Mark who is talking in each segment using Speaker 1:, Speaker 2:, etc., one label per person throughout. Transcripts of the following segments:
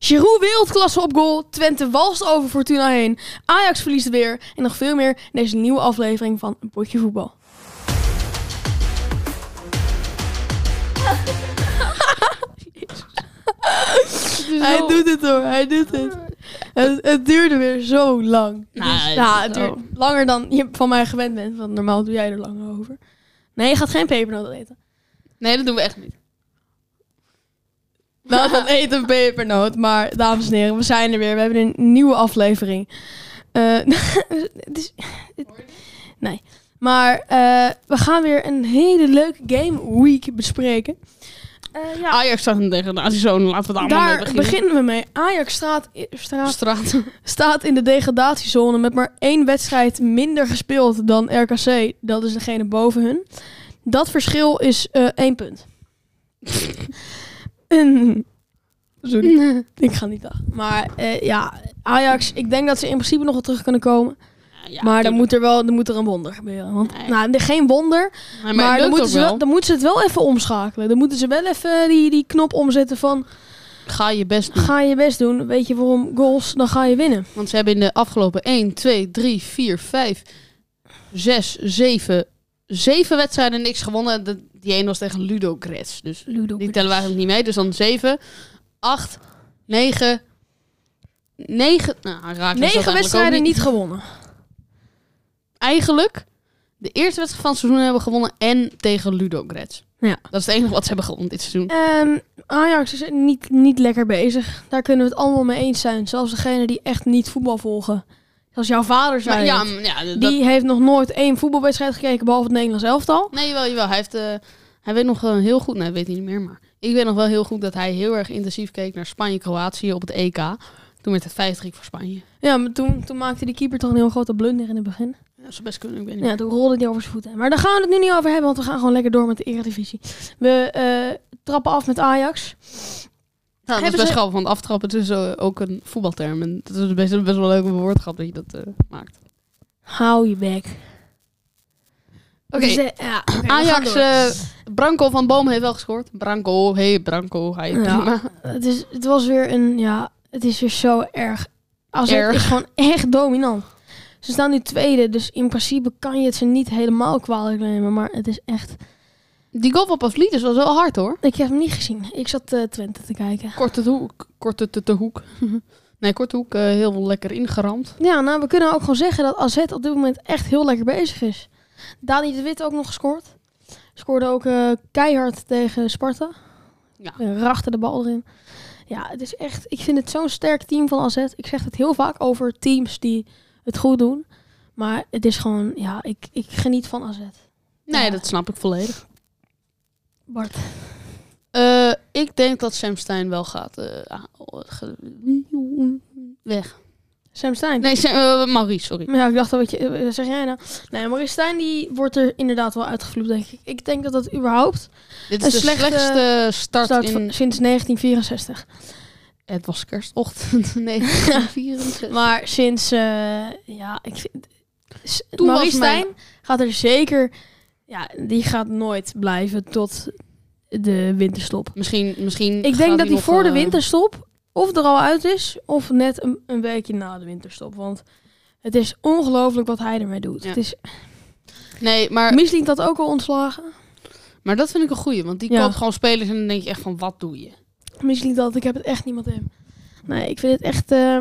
Speaker 1: Giroud wereldklasse op goal. Twente walst over Fortuna heen. Ajax verliest weer. En nog veel meer in deze nieuwe aflevering van Een Potje Voetbal. Hij doet het hoor, hij doet het. Het, het duurde weer zo lang.
Speaker 2: Nou,
Speaker 1: Dus-
Speaker 2: het
Speaker 1: ja,
Speaker 2: is
Speaker 1: het
Speaker 2: wel-
Speaker 1: duurt langer dan je van mij gewend bent. Want normaal doe jij er lang over. Nee, je gaat geen pepernoten eten.
Speaker 2: Nee, dat doen we echt niet.
Speaker 1: Nou, dan eet een pepernoot. Maar dames en heren, we zijn er weer. We hebben een nieuwe aflevering. Eh, het is- nee. Maar eh, we gaan weer een hele leuke Game Week bespreken. Eh, ja,
Speaker 2: Ajax staat in de degradatiezone, laten we daar, allemaal mee
Speaker 1: daar
Speaker 2: beginnen.
Speaker 1: beginnen we mee. Ajax straat, straat
Speaker 2: Straat.
Speaker 1: staat in de degradatiezone met maar één wedstrijd minder gespeeld dan RKC. Dat is degene boven hun. Dat verschil is eh, één punt. en, sorry, ik ga niet lachen. Maar eh, ja, Ajax, ik denk dat ze in principe nog wel terug kunnen komen.
Speaker 2: Ja,
Speaker 1: maar dan
Speaker 2: tuurlijk.
Speaker 1: moet er wel dan moet er een wonder gebeuren. Want,
Speaker 2: Nee.
Speaker 1: Nou, de- geen wonder,
Speaker 2: Nee,
Speaker 1: maar, dan,
Speaker 2: het lukt
Speaker 1: moeten
Speaker 2: ook
Speaker 1: ze wel, dan moeten ze het wel even omschakelen. Dan moeten ze wel even die, die knop omzetten van
Speaker 2: Ga je best doen.
Speaker 1: ga je best doen. Weet je waarom goals, dan ga je winnen.
Speaker 2: Want ze hebben in de afgelopen 1, 2, 3, 4, 5, 6, 7, 7 wedstrijden niks gewonnen. En de- die ene was tegen Ludo Gretz. Dus
Speaker 1: Ludo
Speaker 2: die tellen we eigenlijk niet mee. Dus dan 7, 8, 9, 9. Nou, hij raakt ons dat
Speaker 1: Negen
Speaker 2: eigenlijk
Speaker 1: wedstrijden
Speaker 2: ook
Speaker 1: niet gewonnen.
Speaker 2: Eigenlijk de eerste wedstrijd van het seizoen hebben we gewonnen. En tegen Ludo Gretz.
Speaker 1: Ja.
Speaker 2: Dat is het enige wat ze hebben gewonnen dit seizoen.
Speaker 1: Ehm, Ajax is niet, niet lekker bezig. Daar kunnen we het allemaal mee eens zijn. Zelfs degene die echt niet voetbal volgen. Zoals jouw vader zei.
Speaker 2: Maar ja,
Speaker 1: het.
Speaker 2: m- ja dat,
Speaker 1: die heeft nog nooit één voetbalwedstrijd gekeken, behalve het Nederlands elftal.
Speaker 2: Nee, jawel, jawel. Hij, heeft, eh, hij weet nog eh, heel goed... Nee, dat weet hij niet meer, maar... Ik weet nog wel heel goed dat hij heel erg intensief keek naar Spanje-Kroatië op het EK. Toen werd het 50 voor Spanje.
Speaker 1: Ja, maar toen, toen maakte die keeper toch een heel grote blunder in het begin.
Speaker 2: Ja, dat zou best kunnen, ik weet niet. Nou,
Speaker 1: Ja, toen rolde die over zijn voeten. Maar daar gaan we het nu niet over hebben, want we gaan gewoon lekker door met de Eredivisie. We eh, trappen af met Ajax.
Speaker 2: Nou, dat is
Speaker 1: Hebben
Speaker 2: best
Speaker 1: ze-
Speaker 2: grappig, want aftrappen het is eh, ook een voetbalterm. En dat is best, best wel leuk een woordgrap dat je dat eh, maakt.
Speaker 1: Hou je bek.
Speaker 2: Oké,
Speaker 1: Dus, eh, ja, oké, we gaan
Speaker 2: Ajax,
Speaker 1: door.
Speaker 2: eh, Branco van Boom heeft wel gescoord. Branco, hey Branco, ga je
Speaker 1: Ja.
Speaker 2: prima.
Speaker 1: Het, is, het was weer een, ja, het is weer zo erg. AZ
Speaker 2: Erg.
Speaker 1: is gewoon echt dominant. Ze staan nu tweede, dus in principe kan je het ze niet helemaal kwalijk nemen. Maar het is echt...
Speaker 2: Die goal van Pavlidis was wel hard hoor.
Speaker 1: Ik heb hem niet gezien. Ik zat eh, Twente te kijken.
Speaker 2: Korte de hoek, korte te- te hoek. nee, korte hoek, eh, heel lekker ingeramd.
Speaker 1: Ja, nou, we kunnen ook gewoon zeggen dat AZ op dit moment echt heel lekker bezig is. Dani de Wit ook nog gescoord. Scoorde ook eh, keihard tegen Sparta.
Speaker 2: Ja.
Speaker 1: Eh, Rachte de bal erin. Ja, het is echt... Ik vind het zo'n sterk team van AZ. Ik zeg het heel vaak over teams die het goed doen. Maar het is gewoon... Ja, ik, ik geniet van AZ.
Speaker 2: Nee,
Speaker 1: Ja.
Speaker 2: dat snap ik volledig.
Speaker 1: Bart.
Speaker 2: Eh, ik denk dat Sam Stein wel gaat eh, ah, ge- weg.
Speaker 1: Sam Stein.
Speaker 2: Nee, Sam, eh, Maurice, sorry.
Speaker 1: Maar Ja, ik dacht al wat je... eh, Wat zeg jij nou? Nee, Maurice Stijn die wordt er inderdaad wel uitgevloed, denk ik. Ik denk dat dat überhaupt
Speaker 2: Dit
Speaker 1: Een
Speaker 2: is de
Speaker 1: slechte
Speaker 2: slechtste start,
Speaker 1: start
Speaker 2: in...
Speaker 1: van- sinds 1964.
Speaker 2: Het was kerstochtend, nee, 1964.
Speaker 1: Maar sinds, eh, ja, ik vind... S-
Speaker 2: Toen was
Speaker 1: Maurice
Speaker 2: mijn-
Speaker 1: Stijn gaat er zeker... Ja, die gaat nooit blijven tot de winterstop.
Speaker 2: Misschien, misschien
Speaker 1: Ik
Speaker 2: gaat
Speaker 1: denk dat hij
Speaker 2: nog,
Speaker 1: voor de
Speaker 2: eh,
Speaker 1: winterstop of er al uit is... of net een, een weekje na de winterstop. Want het is ongelooflijk wat hij ermee doet.
Speaker 2: Ja.
Speaker 1: Het is,
Speaker 2: Nee, maar,
Speaker 1: Misling dat ook al ontslagen.
Speaker 2: maar dat vind ik een goeie, want die
Speaker 1: Ja.
Speaker 2: koopt gewoon spelers en dan denk je echt van, wat doe je?
Speaker 1: Misschien dat, ik heb het echt niemand in. Nee, ik vind het echt... eh,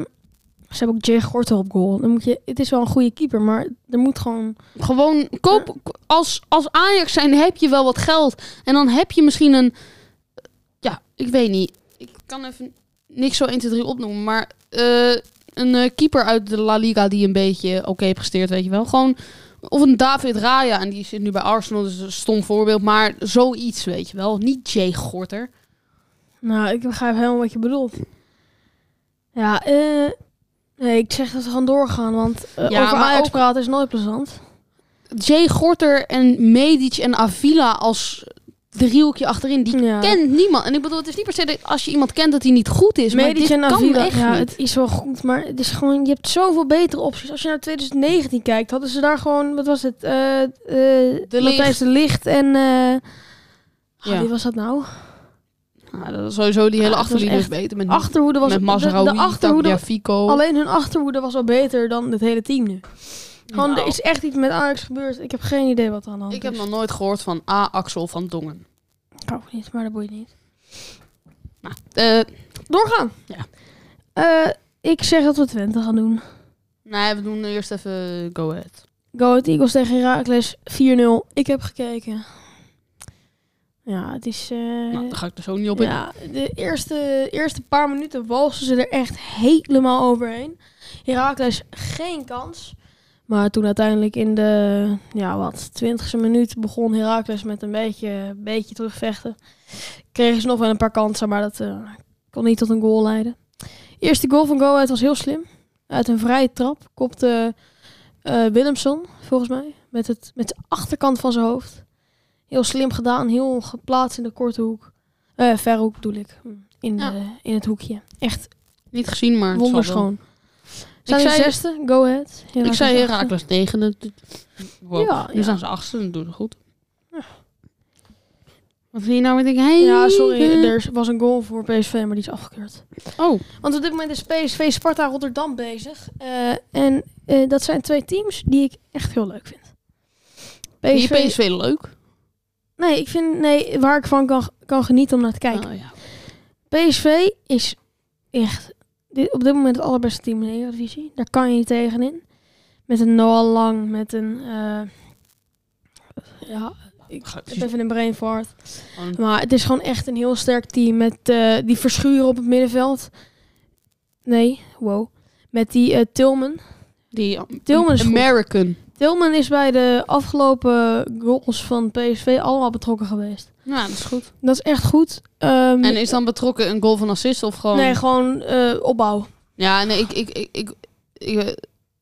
Speaker 1: ze hebben ook Jay Gortel op goal. Dan moet je, het is wel een goede keeper, maar er moet gewoon...
Speaker 2: Gewoon, koop, als, als Ajax zijn heb je wel wat geld en dan heb je misschien een, ja, ik weet niet. Ik kan even niks zo 1, 2, 3 opnoemen, maar eh, een eh, keeper uit de La Liga die een beetje oké heeft gesteerd, weet je wel. Gewoon, of een David Raya, en die zit nu bij Arsenal, dus een stom voorbeeld, maar zoiets, weet je wel. Niet Jay Gorter.
Speaker 1: Nou, ik begrijp helemaal wat je bedoelt. Ja, eh... Nee, ik zeg dat we gaan doorgaan, want eh,
Speaker 2: Ja,
Speaker 1: over
Speaker 2: maar
Speaker 1: Ajax
Speaker 2: ook-
Speaker 1: praten is nooit plezant.
Speaker 2: Jay Gorter en Medic en Avila als driehoekje achterin, die
Speaker 1: Ja.
Speaker 2: kent niemand. En ik bedoel, het is niet per se dat als je iemand kent dat hij niet goed is, maar dit
Speaker 1: Medici en
Speaker 2: kan
Speaker 1: Avila,
Speaker 2: echt
Speaker 1: ja,
Speaker 2: niet.
Speaker 1: het is wel goed, maar het is gewoon, je hebt zoveel betere opties. Als je naar 2019 kijkt, hadden ze daar gewoon, wat was het? Eh eh de
Speaker 2: Ligt.
Speaker 1: de Licht en... eh, ah,
Speaker 2: Ja.
Speaker 1: Wie was dat nou?
Speaker 2: Nou, dat is sowieso die
Speaker 1: Ja,
Speaker 2: hele
Speaker 1: Ah, het was
Speaker 2: achterlinie is
Speaker 1: echt
Speaker 2: beter. Met,
Speaker 1: Achterhoede was
Speaker 2: met
Speaker 1: de, de
Speaker 2: Mazraoui,
Speaker 1: achterhoede.
Speaker 2: Tagliafico.
Speaker 1: Alleen hun achterhoede was al beter dan het hele team nu. Gewoon,
Speaker 2: Nou,
Speaker 1: er is echt iets met Ajax gebeurd. Ik heb geen idee wat er aan de hand
Speaker 2: Ik heb
Speaker 1: is.
Speaker 2: nog nooit gehoord van A. Axel van Dongen.
Speaker 1: Ik ook niet, maar dat boeit niet.
Speaker 2: Eh,
Speaker 1: Doorgaan.
Speaker 2: Ja.
Speaker 1: Eh, ik zeg dat we Twente gaan doen.
Speaker 2: nee, we doen eerst even Go Ahead.
Speaker 1: Go Ahead Eagles tegen Heracles 4-0. Ik heb gekeken. Ja, het is... eh,
Speaker 2: Nou, daar ga ik er zo niet op in.
Speaker 1: ja, de eerste, eerste paar minuten walsen ze er echt helemaal overheen. Heracles geen kans. Maar toen uiteindelijk in de ja, wat, twintigste minuut begon Heracles met een beetje, beetje terugvechten. Kregen ze nog wel een paar kansen, maar dat eh, kon niet tot een goal leiden. Eerste goal van Go Ahead was heel slim. Uit een vrije trap kopte eh Willemson, volgens mij, met, het, met de achterkant van zijn hoofd. Heel slim gedaan, heel geplaatst in de korte hoek. Eh verre hoek bedoel ik. In,
Speaker 2: Hm. Ja.
Speaker 1: de, in het hoekje. Echt
Speaker 2: Niet gezien, maar het zal wel.
Speaker 1: wonderschoon. Zijn
Speaker 2: Ik
Speaker 1: de
Speaker 2: zei-
Speaker 1: zesde? Go ahead.
Speaker 2: Ik
Speaker 1: Heracles
Speaker 2: zei
Speaker 1: achtste.
Speaker 2: Herakles negende. Wow.
Speaker 1: Ja,
Speaker 2: Nu
Speaker 1: ja.
Speaker 2: staan ze achtste en doen ze goed.
Speaker 1: Ja.
Speaker 2: Wat vind je nou met ik heen?
Speaker 1: Ja, sorry. Er was een goal voor PSV, maar die is afgekeurd.
Speaker 2: Oh,
Speaker 1: Want op dit moment is PSV Sparta Rotterdam bezig. Eh, en eh, dat zijn twee teams die ik echt heel leuk vind.
Speaker 2: vind je PSV leuk?
Speaker 1: Nee, ik vind, nee, waar ik van kan, kan genieten om naar te kijken.
Speaker 2: Oh, ja.
Speaker 1: PSV is echt dit, op dit moment het allerbeste team in de Eredivisie. Daar kan je niet tegenin. Met een Noah Lang, met een... eh, ja, ik
Speaker 2: Ga- Oh,
Speaker 1: heb even een brain fart.
Speaker 2: Gewoon-
Speaker 1: Maar het is gewoon echt een heel sterk team met eh, die verschuren op het middenveld. Nee, wow. Met die eh, Tilman.
Speaker 2: Die
Speaker 1: Tilman is goed.
Speaker 2: American.
Speaker 1: Tilman is bij de afgelopen goals van PSV allemaal betrokken geweest.
Speaker 2: Ja, dat is goed.
Speaker 1: Dat is echt goed. Ehm,
Speaker 2: En is dan betrokken een goal van assist of gewoon...
Speaker 1: Nee, gewoon eh, opbouw.
Speaker 2: Ja, nee, ik... ik, ik, ik, ik, eh,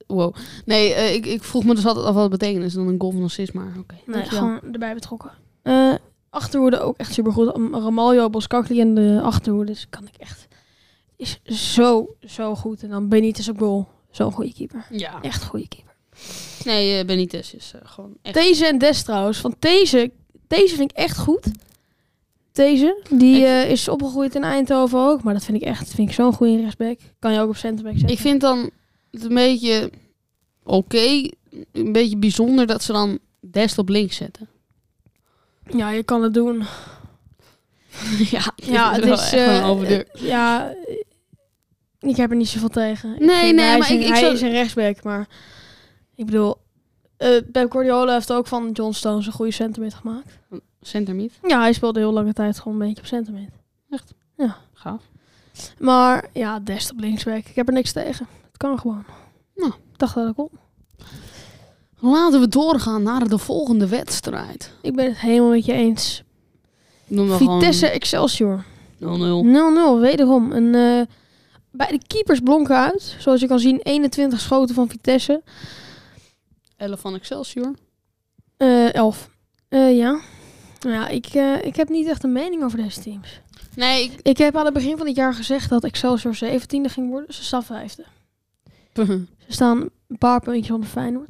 Speaker 2: wow. Nee, eh, ik, ik vroeg me dus altijd af wat het betekent. Is dan een goal van assist, maar oké.
Speaker 1: Nee,
Speaker 2: dankjewel.
Speaker 1: gewoon erbij betrokken. Eh, achterhoede ook echt supergoed. Am- Ramaljo, Boskakli en de achterhoede. Dus kan ik echt... Is zo, zo goed. En dan Benitez op goal. Zo'n goede keeper.
Speaker 2: Ja.
Speaker 1: Echt goede keeper.
Speaker 2: Nee, eh Benitez is eh, gewoon echt...
Speaker 1: Deze en Des trouwens. Van deze, deze vind ik echt goed. Deze, die
Speaker 2: Ik-
Speaker 1: eh, is opgegroeid in Eindhoven ook. Maar dat vind ik echt vind ik zo'n goede rechtsback. Kan je ook op centerback zetten.
Speaker 2: Ik vind dan het een beetje oké, een beetje bijzonder dat ze dan Dest op links zetten.
Speaker 1: Ja, je kan het doen.
Speaker 2: ja, dit
Speaker 1: Ja, het
Speaker 2: wel
Speaker 1: is...
Speaker 2: echt wel
Speaker 1: eh,
Speaker 2: overdreven.
Speaker 1: eh, ja, eh, ik heb er niet zoveel tegen. Ik
Speaker 2: Nee,
Speaker 1: vind-
Speaker 2: nee,
Speaker 1: hij
Speaker 2: maar
Speaker 1: is een,
Speaker 2: ik- ik
Speaker 1: hij
Speaker 2: zou-
Speaker 1: is een rechtsback, maar... Ik bedoel... eh Pep Guardiola heeft ook van John Stones een goede sentiment gemaakt.
Speaker 2: Centermid,
Speaker 1: Ja, hij speelde heel lange tijd gewoon een beetje op sentiment.
Speaker 2: gaaf.
Speaker 1: Maar ja, Dest op linksback. Ik heb er niks tegen. Het kan gewoon.
Speaker 2: Nou.
Speaker 1: Ik dacht dat ik kon.
Speaker 2: Laten we doorgaan naar de volgende wedstrijd.
Speaker 1: Ik ben het helemaal met je eens.
Speaker 2: Noem maar
Speaker 1: Vitesse Excelsior.
Speaker 2: 0-0.
Speaker 1: 0-0, wederom. Een, eh, bij de keepers blonken uit. Zoals je kan zien, 21 schoten van Vitesse.
Speaker 2: 11 van Excelsior.
Speaker 1: Eh, elf. Eh, ja. Ja, ik, eh, ik heb niet echt een mening over deze teams.
Speaker 2: Nee, ik...
Speaker 1: Ik heb aan het begin van het jaar gezegd dat Excelsior 17e ging worden. Ze staan vijfde. Ze staan een paar puntjes onder Feyenoord.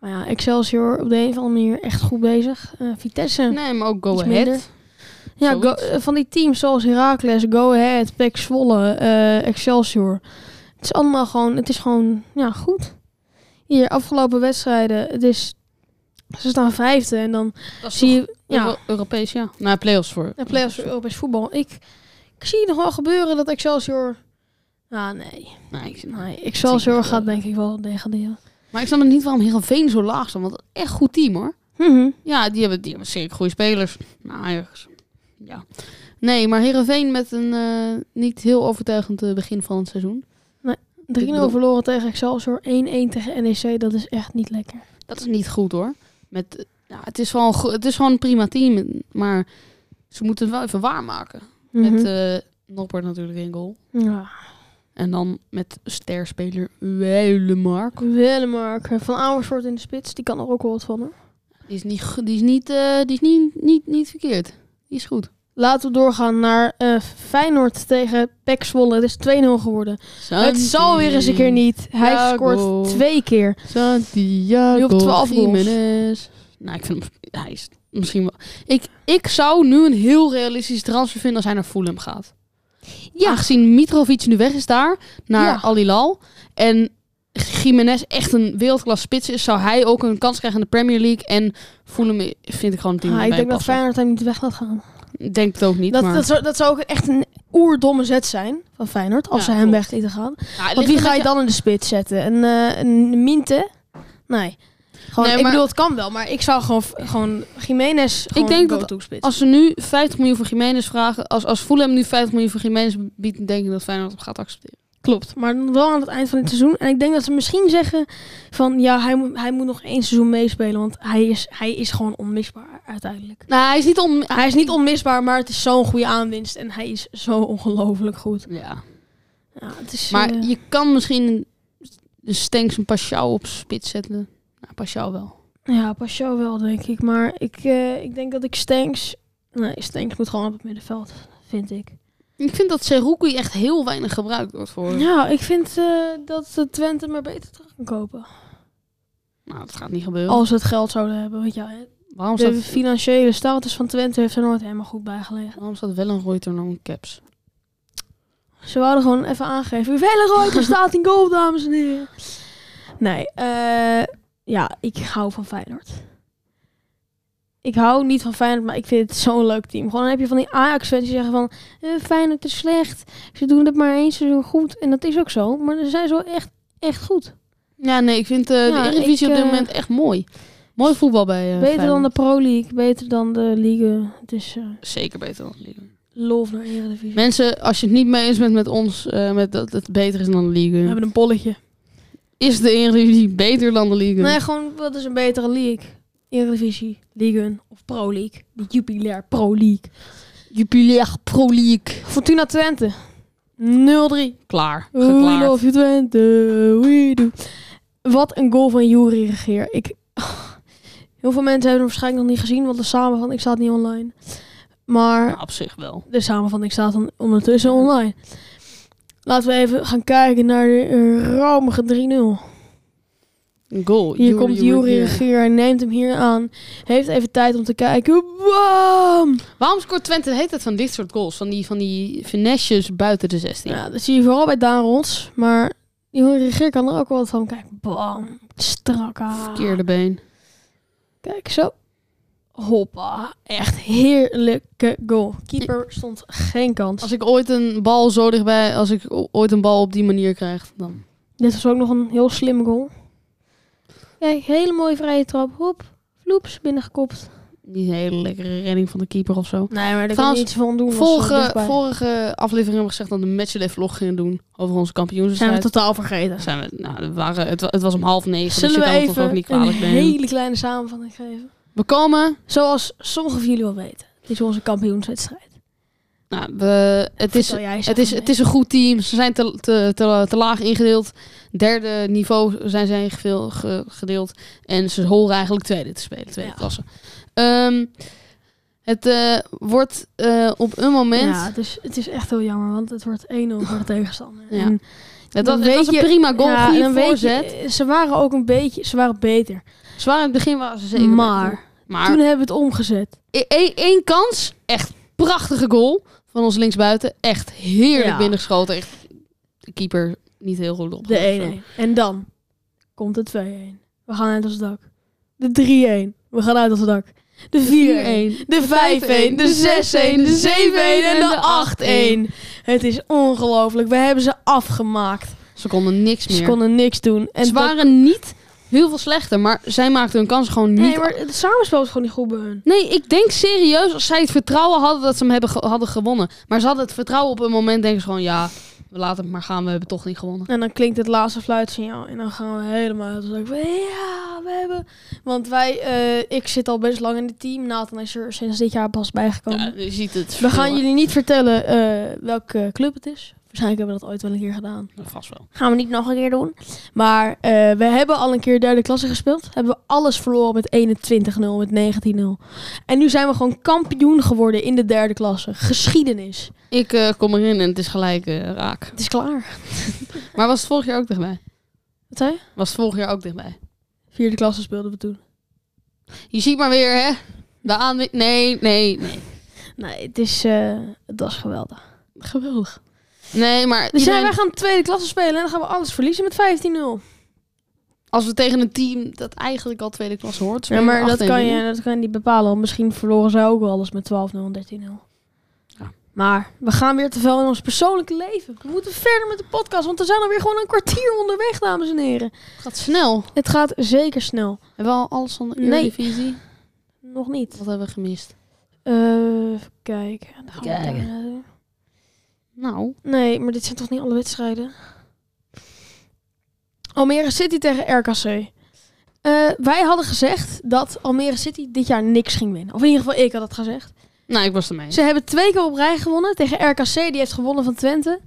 Speaker 1: Maar ja, Excelsior op de een of andere manier echt goed bezig. Eh, Vitesse.
Speaker 2: nee, maar ook Go
Speaker 1: Iets minder.
Speaker 2: Ahead.
Speaker 1: ja,
Speaker 2: Nou, zoiets.
Speaker 1: go- eh, van die teams zoals Heracles, Go Ahead, PEC Zwolle, eh, Excelsior. Het is allemaal gewoon, het is gewoon ja, goed. Hier, afgelopen wedstrijden, het is... Ze staan vijfde en dan
Speaker 2: Dat is
Speaker 1: zie
Speaker 2: toch
Speaker 1: je... Ja,
Speaker 2: Euro- Europees, ja. Nou, play-offs voor.
Speaker 1: de playoffs voor Europees voetbal. Ik, ik zie nog wel gebeuren dat Excelsior... Ah, nee.
Speaker 2: Nee, ik-
Speaker 1: nee.
Speaker 2: zie ik
Speaker 1: Excelsior
Speaker 2: niet
Speaker 1: gaat
Speaker 2: gebeuren.
Speaker 1: denk ik wel degraderen.
Speaker 2: Maar ik snap het niet waarom Heerenveen zo laag staat. Want dat is echt goed team, hoor.
Speaker 1: Mhm.
Speaker 2: Ja, die hebben, die hebben zeker goede spelers. Nou, Ajax. Ja. Nee, maar Heerenveen met een eh, niet heel overtuigend eh, begin van het seizoen.
Speaker 1: 3-0
Speaker 2: bedoel-
Speaker 1: verloren tegen Excelsior, 1-1 tegen NEC. Dat is echt niet lekker.
Speaker 2: Dat is niet goed, hoor. Met, eh, ja, het, is wel een go- het is gewoon een prima team. Maar ze moeten het wel even waarmaken. Met
Speaker 1: Mhm.
Speaker 2: eh Noppert natuurlijk in goal.
Speaker 1: ja.
Speaker 2: En dan met sterspeler Weilemark.
Speaker 1: Willemark eh, van Amersfoort in de spits. Die kan er ook wel wat van. Hoor.
Speaker 2: Die is niet, go- die is niet, eh, die is niet, niet, niet verkeerd. Die is goed.
Speaker 1: Laten we doorgaan naar eh, Feyenoord tegen PEC Zwolle. Het is 2-0 geworden. Het zal weer eens een keer niet. Hij
Speaker 2: Ja,
Speaker 1: scoort
Speaker 2: goal.
Speaker 1: twee keer.
Speaker 2: Santiago
Speaker 1: Nu op 12 goals.
Speaker 2: Jimenez. Nou, ik vind hem... Hij is misschien wel... Ik, ik zou nu een heel realistische transfer vinden als hij naar Fulham gaat. Ja.
Speaker 1: Ah,
Speaker 2: Aangezien Mitrovic nu weg is daar, naar
Speaker 1: Ja.
Speaker 2: Al Hilal. En Jiménez echt een wereldklas spits is, zou hij ook een kans krijgen in de Premier League. En Fulham vind ik gewoon een team
Speaker 1: Ah, ik
Speaker 2: waarbij
Speaker 1: denk
Speaker 2: hij
Speaker 1: dat
Speaker 2: past.
Speaker 1: Feyenoord hem niet weg laat gaan.
Speaker 2: Ik denk het ook niet,
Speaker 1: Dat,
Speaker 2: maar...
Speaker 1: dat, zou, dat zou ook echt een oerdomme zet zijn van Feyenoord. Als
Speaker 2: Ja,
Speaker 1: ze hem
Speaker 2: klopt.
Speaker 1: weg lieten gaan.
Speaker 2: Ja, het
Speaker 1: Want
Speaker 2: ligt
Speaker 1: wie
Speaker 2: een
Speaker 1: ga je
Speaker 2: beetje-
Speaker 1: dan in de spits zetten? Een, eh, een Minte? Nee. Gewoon,
Speaker 2: Nee,
Speaker 1: Ik
Speaker 2: maar-
Speaker 1: bedoel, het kan wel. Maar ik zou gewoon, gewoon Jiménez gewoon
Speaker 2: denk dat
Speaker 1: go-to spits.
Speaker 2: Als ze nu 50 miljoen voor Jiménez vragen... Als, als Fulham nu 50 miljoen voor Jiménez biedt... denk ik dat Feyenoord hem gaat accepteren.
Speaker 1: Klopt, maar dan wel aan het eind van het seizoen. En ik denk dat ze misschien zeggen van ja, hij, moet- hij moet nog één seizoen meespelen. Want hij is, hij is gewoon onmisbaar uiteindelijk. Ah,
Speaker 2: Nou, hij is niet om...
Speaker 1: Hij is niet onmisbaar, maar het is zo'n goede aanwinst. En hij is zo ongelooflijk goed.
Speaker 2: Ja.
Speaker 1: Ja, het is,
Speaker 2: Dus, Maar
Speaker 1: eh,
Speaker 2: je kan misschien de Stenks een Paschal op spits zetten. Nou, Paschal wel.
Speaker 1: ja, Pacho wel, denk ik. Maar ik, eh, ik denk dat ik Stanks... Nee, Stanks moet gewoon op het middenveld, vind ik.
Speaker 2: Ik vind dat Seruki echt heel weinig gebruikt wordt voor...
Speaker 1: Nou, ik vind eh, dat de Twente maar beter terug kan kopen.
Speaker 2: Nou, dat gaat niet gebeuren.
Speaker 1: Als ze het geld zouden hebben. Want ja,
Speaker 2: waarom,
Speaker 1: de
Speaker 2: staat,
Speaker 1: financiële status van Twente heeft er nooit helemaal goed bij gelegen.
Speaker 2: waarom staat wel een Reuter nog een caps?
Speaker 1: Ze wilden gewoon even aangeven. Hoeveel Reuter staat in goal, dames en heren. Nee, eh, ja, ik hou van Feyenoord. Ik hou niet van Feyenoord, maar ik vind het zo'n leuk team. Gewoon dan heb je van die Ajax-fans die zeggen van... eh, Feyenoord is slecht. Ze doen het maar één seizoen goed. En dat is ook zo. Maar ze zijn zo echt, echt goed.
Speaker 2: Ja, nee, ik vind eh,
Speaker 1: Ja,
Speaker 2: de Eredivisie
Speaker 1: ik,
Speaker 2: op dit
Speaker 1: eh,
Speaker 2: moment echt mooi. Mooi voetbal bij eh,
Speaker 1: beter dan de
Speaker 2: Feyenoord.
Speaker 1: Pro League. Beter dan de Ligue. Het is eh
Speaker 2: Zeker beter dan de Liga.
Speaker 1: lof naar Eredivisie.
Speaker 2: Mensen, als je het niet mee eens bent met ons, eh, met dat het beter is dan de
Speaker 1: We
Speaker 2: Liga.
Speaker 1: hebben een bolletje.
Speaker 2: Is de Eredivisie beter dan de Liga?
Speaker 1: Nee, gewoon, wat is een betere league? Eredivisie, Ligue 1 of Pro League. De Jupiler Pro League.
Speaker 2: Jubilair Pro League.
Speaker 1: Fortuna Twente. 0-3.
Speaker 2: Klaar.
Speaker 1: We
Speaker 2: Geklaard.
Speaker 1: love you Twente, we do. Wat een goal van Jury Regeer. Ik, heel veel mensen hebben hem waarschijnlijk nog niet gezien, want de samenvatting staat niet online. Maar
Speaker 2: Nou, op zich wel.
Speaker 1: de samenvatting staat dan ondertussen online. Laten we even gaan kijken naar de romige 3-0.
Speaker 2: Een goal.
Speaker 1: Hier komt Jury
Speaker 2: Jury.
Speaker 1: Regeer en neemt hem hier aan. Heeft even tijd om te kijken. Bam!
Speaker 2: Waarom scoort Twente de hele tijd van dit soort goals? Van die, van die finesses buiten de 16.
Speaker 1: Ja, dat zie je vooral bij Daan Rots. Maar die regeer kan er ook wel wat van. Kijk, bam. Strak aan.
Speaker 2: Verkeerde been.
Speaker 1: Kijk, zo. Hoppa. Echt heerlijke goal. Keeper stond geen kans.
Speaker 2: Als ik ooit een bal zo dichtbij, als ik o- ooit een bal op die manier krijg, dan...
Speaker 1: Dit was ook nog een heel slimme goal. Kijk, hele mooie vrije trap. Hop. Vloeps, binnengekopt.
Speaker 2: Niet een hele lekkere redding van de keeper of zo.
Speaker 1: Nee, maar daar kan
Speaker 2: Trouwens,
Speaker 1: je iets van doen.
Speaker 2: Vorige,
Speaker 1: Volgen.
Speaker 2: vorige aflevering hebben we gezegd dat we een matchday vlog gingen doen over onze
Speaker 1: zijn we
Speaker 2: kampioenswedstrijd.
Speaker 1: totaal vergeten.
Speaker 2: Zijn we, nou, we waren, het, wa- het was om half negen,
Speaker 1: Zullen
Speaker 2: dus
Speaker 1: we
Speaker 2: je kan het ons ook
Speaker 1: even
Speaker 2: niet
Speaker 1: een
Speaker 2: kwalijk nemen.
Speaker 1: hele kleine samenvatting geven?
Speaker 2: We komen,
Speaker 1: Zoals sommigen van jullie wel weten. Dit is onze kampioenswedstrijd.
Speaker 2: nou, we, het, is,
Speaker 1: Vertel jij eens
Speaker 2: het,
Speaker 1: even
Speaker 2: is,
Speaker 1: mee.
Speaker 2: het is een goed team, ze zijn te, te, te, te laag ingedeeld. Derde niveau zijn ze ingeveel- ge- gedeeld en ze horen eigenlijk tweede te spelen, tweede
Speaker 1: Ja.
Speaker 2: klasse. Ehm, het eh, wordt eh, op een moment...
Speaker 1: Ja, dus het is echt heel jammer, want het wordt 1-0 voor de tegenstander.
Speaker 2: Ja.
Speaker 1: En
Speaker 2: het
Speaker 1: dan
Speaker 2: was, het was
Speaker 1: weet
Speaker 2: een
Speaker 1: je-
Speaker 2: prima goal,
Speaker 1: ja, en
Speaker 2: goede
Speaker 1: dan weet je,
Speaker 2: voorzet.
Speaker 1: eh, ze waren ook een beetje, ze waren beter.
Speaker 2: Zwaar in het begin waren ze zeker
Speaker 1: maar
Speaker 2: beter. Maar
Speaker 1: toen hebben we het omgezet.
Speaker 2: Eén E- één kans. Echt prachtige goal van ons linksbuiten. Echt heerlijk
Speaker 1: Ja.
Speaker 2: binnengeschoten. Echt de keeper niet heel goed op.
Speaker 1: De 1-1. En dan komt de 2-1. We gaan uit ons dak. De 3-1. We gaan uit ons dak. De 4-1. De 5-1, de 6-1, de 7-1 en de 8-1. Het is ongelooflijk. We hebben ze afgemaakt.
Speaker 2: Ze konden niks meer.
Speaker 1: Ze
Speaker 2: Ze,
Speaker 1: konden niks doen. En dat-
Speaker 2: waren niet heel veel slechter, maar zij maakten hun kans gewoon niet.
Speaker 1: nee, maar het samenspel is gewoon niet goed bij hun.
Speaker 2: Nee, ik denk serieus, als zij het vertrouwen hadden dat ze hem hebben ge- hadden gewonnen. Maar ze hadden het vertrouwen op een moment, denken ze gewoon, ja, we laten het maar gaan, we hebben toch niet gewonnen.
Speaker 1: En dan klinkt het laatste fluitsignaal. En dan gaan we helemaal uit. Dan denk ik, ja, we hebben... Want wij, eh, ik zit al best lang in het team. Nathan is er sinds dit jaar pas bijgekomen.
Speaker 2: Ja, je ziet het.
Speaker 1: we gaan
Speaker 2: verschil,
Speaker 1: jullie niet vertellen eh, welke club het is. Waarschijnlijk hebben we dat ooit wel een keer gedaan.
Speaker 2: hè. Vast wel.
Speaker 1: Gaan we niet nog een keer doen. Maar eh, we hebben al een keer derde klasse gespeeld. Hebben we alles verloren met 21-0, met 19-0. En nu zijn we gewoon kampioen geworden in de derde klasse. Geschiedenis.
Speaker 2: Ik eh, kom erin en het is gelijk eh, raak.
Speaker 1: Het is klaar.
Speaker 2: Maar was het vorig jaar ook dichtbij?
Speaker 1: Wat zei je?
Speaker 2: Was het vorig jaar ook dichtbij?
Speaker 1: Vierde klasse speelden we toen.
Speaker 2: Je ziet maar weer, hè? De aanwin... Nee, nee, nee.
Speaker 1: Nee, het is, eh, dat is geweldig.
Speaker 2: Geweldig. Nee, maar
Speaker 1: Dus
Speaker 2: iedereen-
Speaker 1: ja, wij gaan tweede klasse spelen en dan gaan we alles verliezen met 15-0.
Speaker 2: als we tegen een team dat eigenlijk al tweede klasse hoort...
Speaker 1: Ja,
Speaker 2: spelen we
Speaker 1: maar dat
Speaker 2: acht
Speaker 1: kan,
Speaker 2: tegen
Speaker 1: je, dat kan je niet bepalen. want Misschien verloren zij ook wel alles met 12-0 en 13-0.
Speaker 2: Ja.
Speaker 1: Maar we gaan weer te veel in ons persoonlijke leven. We moeten verder met de podcast, want we zijn alweer gewoon een kwartier onderweg, dames en heren.
Speaker 2: drie. gaat snel.
Speaker 1: Het gaat zeker snel.
Speaker 2: Hebben we al alles van de
Speaker 1: Nee.
Speaker 2: Eredivisie?
Speaker 1: Nog niet.
Speaker 2: Wat hebben we gemist?
Speaker 1: Eh, even kijken. Dan gaan we
Speaker 2: Kijken.
Speaker 1: daar- eh,
Speaker 2: Nou,
Speaker 1: Nee, maar dit zijn toch niet alle wedstrijden? Almere City tegen RKC. Eh, wij hadden gezegd dat Almere City dit jaar niks ging winnen. Of in ieder geval, ik had dat gezegd.
Speaker 2: nou ik was ermee.
Speaker 1: Ze hebben twee keer op rij gewonnen tegen RKC, die heeft gewonnen van Twente.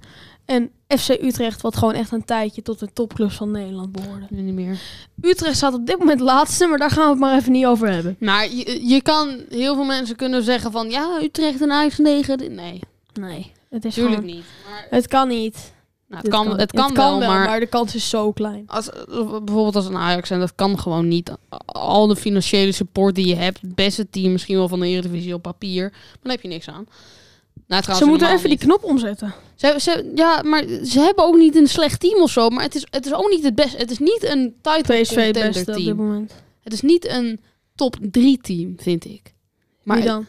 Speaker 1: En FC Utrecht, wat gewoon echt een tijdje tot de topclubs van Nederland behoorde.
Speaker 2: Nu niet meer.
Speaker 1: Utrecht staat op dit moment laatste, maar daar gaan we het maar even niet over hebben.
Speaker 2: Maar je, je kan... Heel veel mensen kunnen zeggen van... Ja, Utrecht en Ajax 9. Nee,
Speaker 1: Nee, het is
Speaker 2: natuurlijk
Speaker 1: gewoon-
Speaker 2: niet. Maar,
Speaker 1: Het kan niet.
Speaker 2: nou, het, kan, het, kan wel, maar...
Speaker 1: maar de kans is zo klein.
Speaker 2: Als, bijvoorbeeld als een Ajax, en dat kan gewoon niet. Al de financiële support die je hebt, het beste team misschien wel van de Eredivisie op papier, maar daar heb je niks aan. Nou, trouwens,
Speaker 1: Ze moeten
Speaker 2: helemaal
Speaker 1: even die
Speaker 2: niet.
Speaker 1: knop omzetten.
Speaker 2: Ze, ze, ja, maar ze hebben ook niet een slecht team of zo, maar het is, het is ook niet het beste. Het is niet een title
Speaker 1: PSV
Speaker 2: contender
Speaker 1: beste op dit
Speaker 2: team.
Speaker 1: moment.
Speaker 2: Het is niet een top 3 team, vind ik.
Speaker 1: Maar
Speaker 2: Maar
Speaker 1: dan?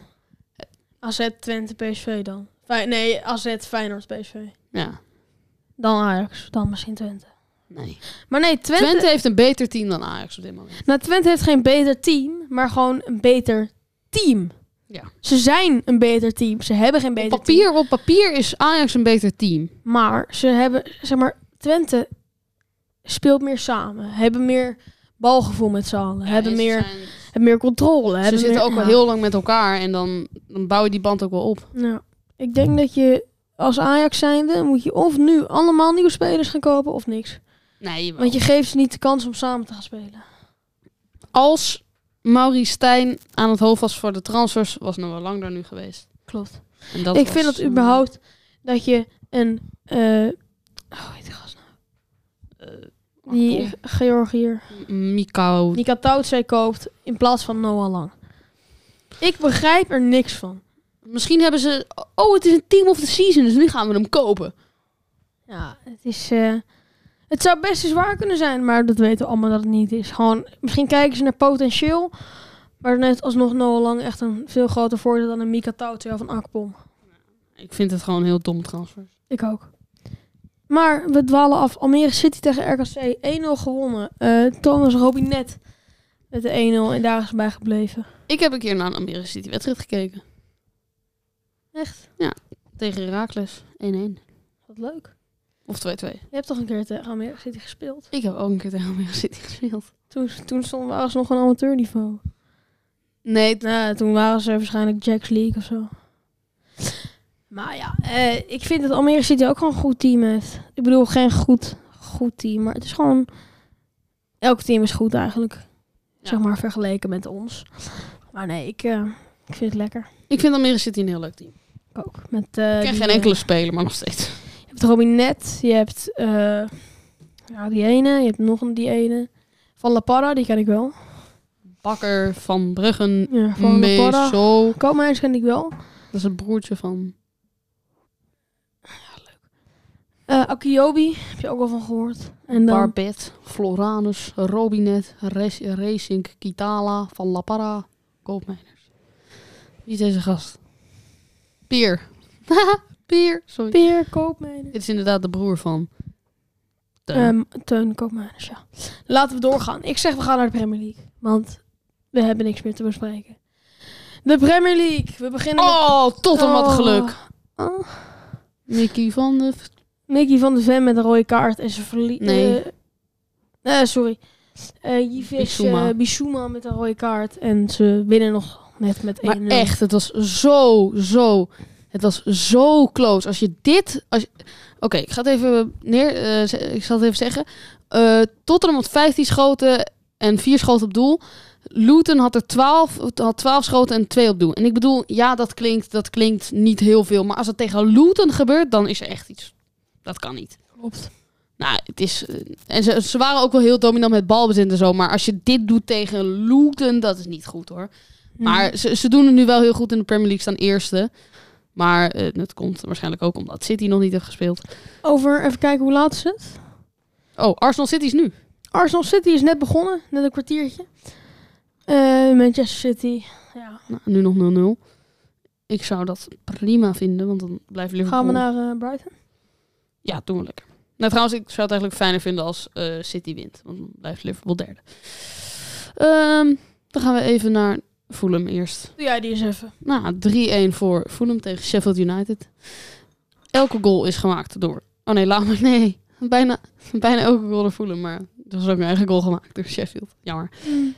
Speaker 1: AZ, Twente, PSV dan. Fijn- nee, AZ, Feyenoord, PSV.
Speaker 2: ja,
Speaker 1: Dan Ajax, dan misschien Twente.
Speaker 2: nee.
Speaker 1: Maar nee, Twente...
Speaker 2: Twente... heeft een beter team dan Ajax op dit moment.
Speaker 1: Nou, Twente heeft geen beter team, maar gewoon een beter team.
Speaker 2: Ja.
Speaker 1: Ze zijn een beter team. Ze hebben geen beter
Speaker 2: op papier, op papier is Ajax een beter team.
Speaker 1: team. Maar ze hebben, zeg maar, Twente speelt meer samen. Hebben meer balgevoel met z'n allen. hebben,
Speaker 2: En ze
Speaker 1: meer,
Speaker 2: zijn-
Speaker 1: hebben meer controle.
Speaker 2: Ze
Speaker 1: hebben
Speaker 2: zitten
Speaker 1: meer-
Speaker 2: ook wel
Speaker 1: ja.
Speaker 2: heel lang met elkaar en dan, dan bouw je die band ook wel op.
Speaker 1: Nou, ik denk dat je als Ajax zijnde moet je of nu allemaal nieuwe spelers gaan kopen of niks.
Speaker 2: Nee,
Speaker 1: Want je geeft ze niet de kans om samen te gaan spelen.
Speaker 2: als Maurice Stijn aan het hoofd was voor de transfers, was nog wel lang daar nu geweest.
Speaker 1: Klopt.
Speaker 2: En dat
Speaker 1: ik
Speaker 2: was,
Speaker 1: vind het
Speaker 2: eh,
Speaker 1: überhaupt dat je een... eh oh, hoe heet die gast nou? Die
Speaker 2: Akpom,
Speaker 1: Georgiër.
Speaker 2: M- Mikau.
Speaker 1: Die Katautse koopt in plaats van Noah Lang. Ik begrijp er niks van.
Speaker 2: Misschien hebben ze. Oh, het is een team of the season, dus nu gaan we hem kopen.
Speaker 1: Ja, het is... eh, het zou best eens waar kunnen zijn, maar dat weten we allemaal dat het niet is. Gewoon, misschien kijken ze naar potentieel. Maar dan heeft alsnog Noah Lang echt een veel groter voordeel dan een Mika Tautse of een Akpom.
Speaker 2: Ik vind het gewoon heel dom transfers.
Speaker 1: Ik ook. Maar we dwalen af. Almere City tegen RKC. 1-0 gewonnen. Eh, Thomas Robinet met de 1-0. En daar is het bij gebleven.
Speaker 2: Ik heb een keer naar een Almere City wedstrijd gekeken.
Speaker 1: Echt?
Speaker 2: Tegen Heracles 1-1
Speaker 1: Wat leuk.
Speaker 2: of 2-2.
Speaker 1: Je hebt toch een keer tegen Almere City gespeeld?
Speaker 2: Ik heb ook een keer tegen Almere City gespeeld.
Speaker 1: Toen, toen stonden we alsnog een amateurniveau.
Speaker 2: Nee, t-
Speaker 1: Nou, toen waren ze waarschijnlijk Jacks League of zo. Maar ja, eh, ik vind dat Almere City ook gewoon een goed team heeft. Ik bedoel, geen goed, goed team. Maar het is gewoon... Elk team is goed eigenlijk. Zeg maar vergeleken met ons. Maar nee, ik, eh, ik vind het lekker.
Speaker 2: ik vind Almere City een heel leuk team.
Speaker 1: Ik ook. Met, eh,
Speaker 2: Ik ken
Speaker 1: die,
Speaker 2: geen
Speaker 1: eh,
Speaker 2: enkele speler, maar nog steeds.
Speaker 1: je hebt Robinet, je hebt eh, ja, die ene, je hebt nog een die ene. Van La Parra, die ken ik wel.
Speaker 2: Bakker van Bruggen.
Speaker 1: Ja, van La Parra.
Speaker 2: Meesel.
Speaker 1: Koopmeijers ken ik wel.
Speaker 2: Dat is het broertje van.
Speaker 1: Eh Akiobi, heb je ook wel van gehoord. En dan
Speaker 2: Barbet, Floranus, Robinet, Res- Racing, Kitala, Van La Parra, Koopmeiners. Wie is deze gast? Peer. Peer, sorry.
Speaker 1: Peer Koopmeijers.
Speaker 2: Dit is inderdaad de broer van... De...
Speaker 1: Ehm Teun Koopmeijers, ja. Laten we doorgaan. Ik zeg, we gaan naar de Premier League. Want we hebben niks meer te bespreken. De Premier League. We beginnen met...
Speaker 2: oh, tot een wat
Speaker 1: Oh.
Speaker 2: geluk.
Speaker 1: Oh.
Speaker 2: Nicky van de...
Speaker 1: Mickey van de Ven met een rode kaart en ze verliest.
Speaker 2: Nee.
Speaker 1: sorry. Eh Jivis
Speaker 2: Bissouma.
Speaker 1: eh, Bissouma met een rode kaart. En ze winnen nog net met 1-0.
Speaker 2: Maar echt, het was zo, zo... Het was zo close. Als je dit... Als je- Oké, ik ga het even neer... eh, z- ik zal het even zeggen. Eh Tottenham had 15 schoten en 4 schoten op doel. Luton had er 12, had 12 schoten en 2 op doel. En ik bedoel, ja, dat klinkt, dat klinkt niet heel veel. Maar als het tegen Luton gebeurt, dan is er echt iets. Dat kan niet.
Speaker 1: Klopt.
Speaker 2: Nou, het is. eh, En ze, ze waren ook wel heel dominant met balbezit en zo. Maar als je dit doet tegen Luton, dat is niet goed hoor.
Speaker 1: Mhm. Hm.
Speaker 2: Maar ze, ze doen het nu wel heel goed in de Premier League, staan eerste. Maar eh dat komt waarschijnlijk ook omdat City nog niet heeft gespeeld.
Speaker 1: Over, even kijken, hoe laat is het?
Speaker 2: Oh, Arsenal City is nu.
Speaker 1: Arsenal City is net begonnen, net een kwartiertje. Eh, Manchester City. Ja.
Speaker 2: Nou, nu nog 0-0. Ik zou dat prima vinden, want dan blijft Liverpool...
Speaker 1: Gaan we naar eh, Brighton?
Speaker 2: Ja, doen we lekker. Nou, trouwens, ik zou het eigenlijk fijner vinden als eh, City wint. Want dan blijft Liverpool derde. Ehm, dan gaan we even naar Fulham eerst.
Speaker 1: Doe jij die eens even.
Speaker 2: Nou, 3-1 voor Fulham tegen Sheffield United. Elke goal is gemaakt door... Oh nee, laat maar. Nee, bijna, bijna elke goal door Fulham. Maar er was ook een eigen goal gemaakt door Sheffield. Jammer.
Speaker 1: Mm.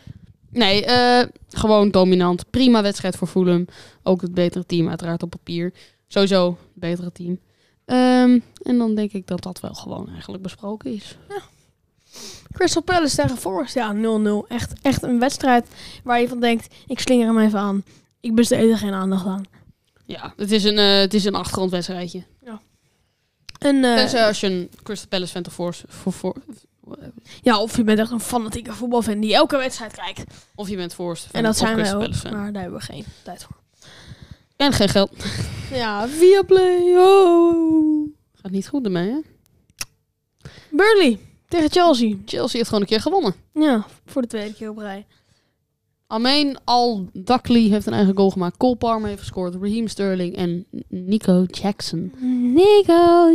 Speaker 2: Nee, eh, gewoon dominant. Prima wedstrijd voor Fulham. Ook het betere team, uiteraard op papier. Sowieso het betere team. Ehm, en dan denk ik dat dat wel gewoon eigenlijk besproken is.
Speaker 1: Crystal Palace tegen Forest. Ja, 0-0. Echt, echt een wedstrijd waar je van denkt, ik slinger hem even aan. Ik besteed er geen aandacht aan.
Speaker 2: Ja, het is een, eh, het is een achtergrondwedstrijdje.
Speaker 1: Eh. En, eh,
Speaker 2: Tenzij als je een Crystal Palace fan voor, voor, voor,
Speaker 1: ja, of je bent echt een fanatieke voetbalfan die elke wedstrijd kijkt.
Speaker 2: of je bent voorste fan
Speaker 1: En dat
Speaker 2: of
Speaker 1: zijn wij
Speaker 2: Crystal
Speaker 1: ook,
Speaker 2: Palace fan.
Speaker 1: maar daar hebben we geen tijd voor.
Speaker 2: En geen geld.
Speaker 1: Ja, via play. Oh.
Speaker 2: Gaat niet goed ermee, hè?
Speaker 1: Burnley tegen Chelsea.
Speaker 2: Chelsea heeft gewoon een keer gewonnen.
Speaker 1: Ja, voor de tweede keer op rij.
Speaker 2: Almeen Al-Dakli heeft een eigen goal gemaakt. Cole Palmer heeft gescoord. Raheem Sterling en Nico Jackson.
Speaker 1: Nico,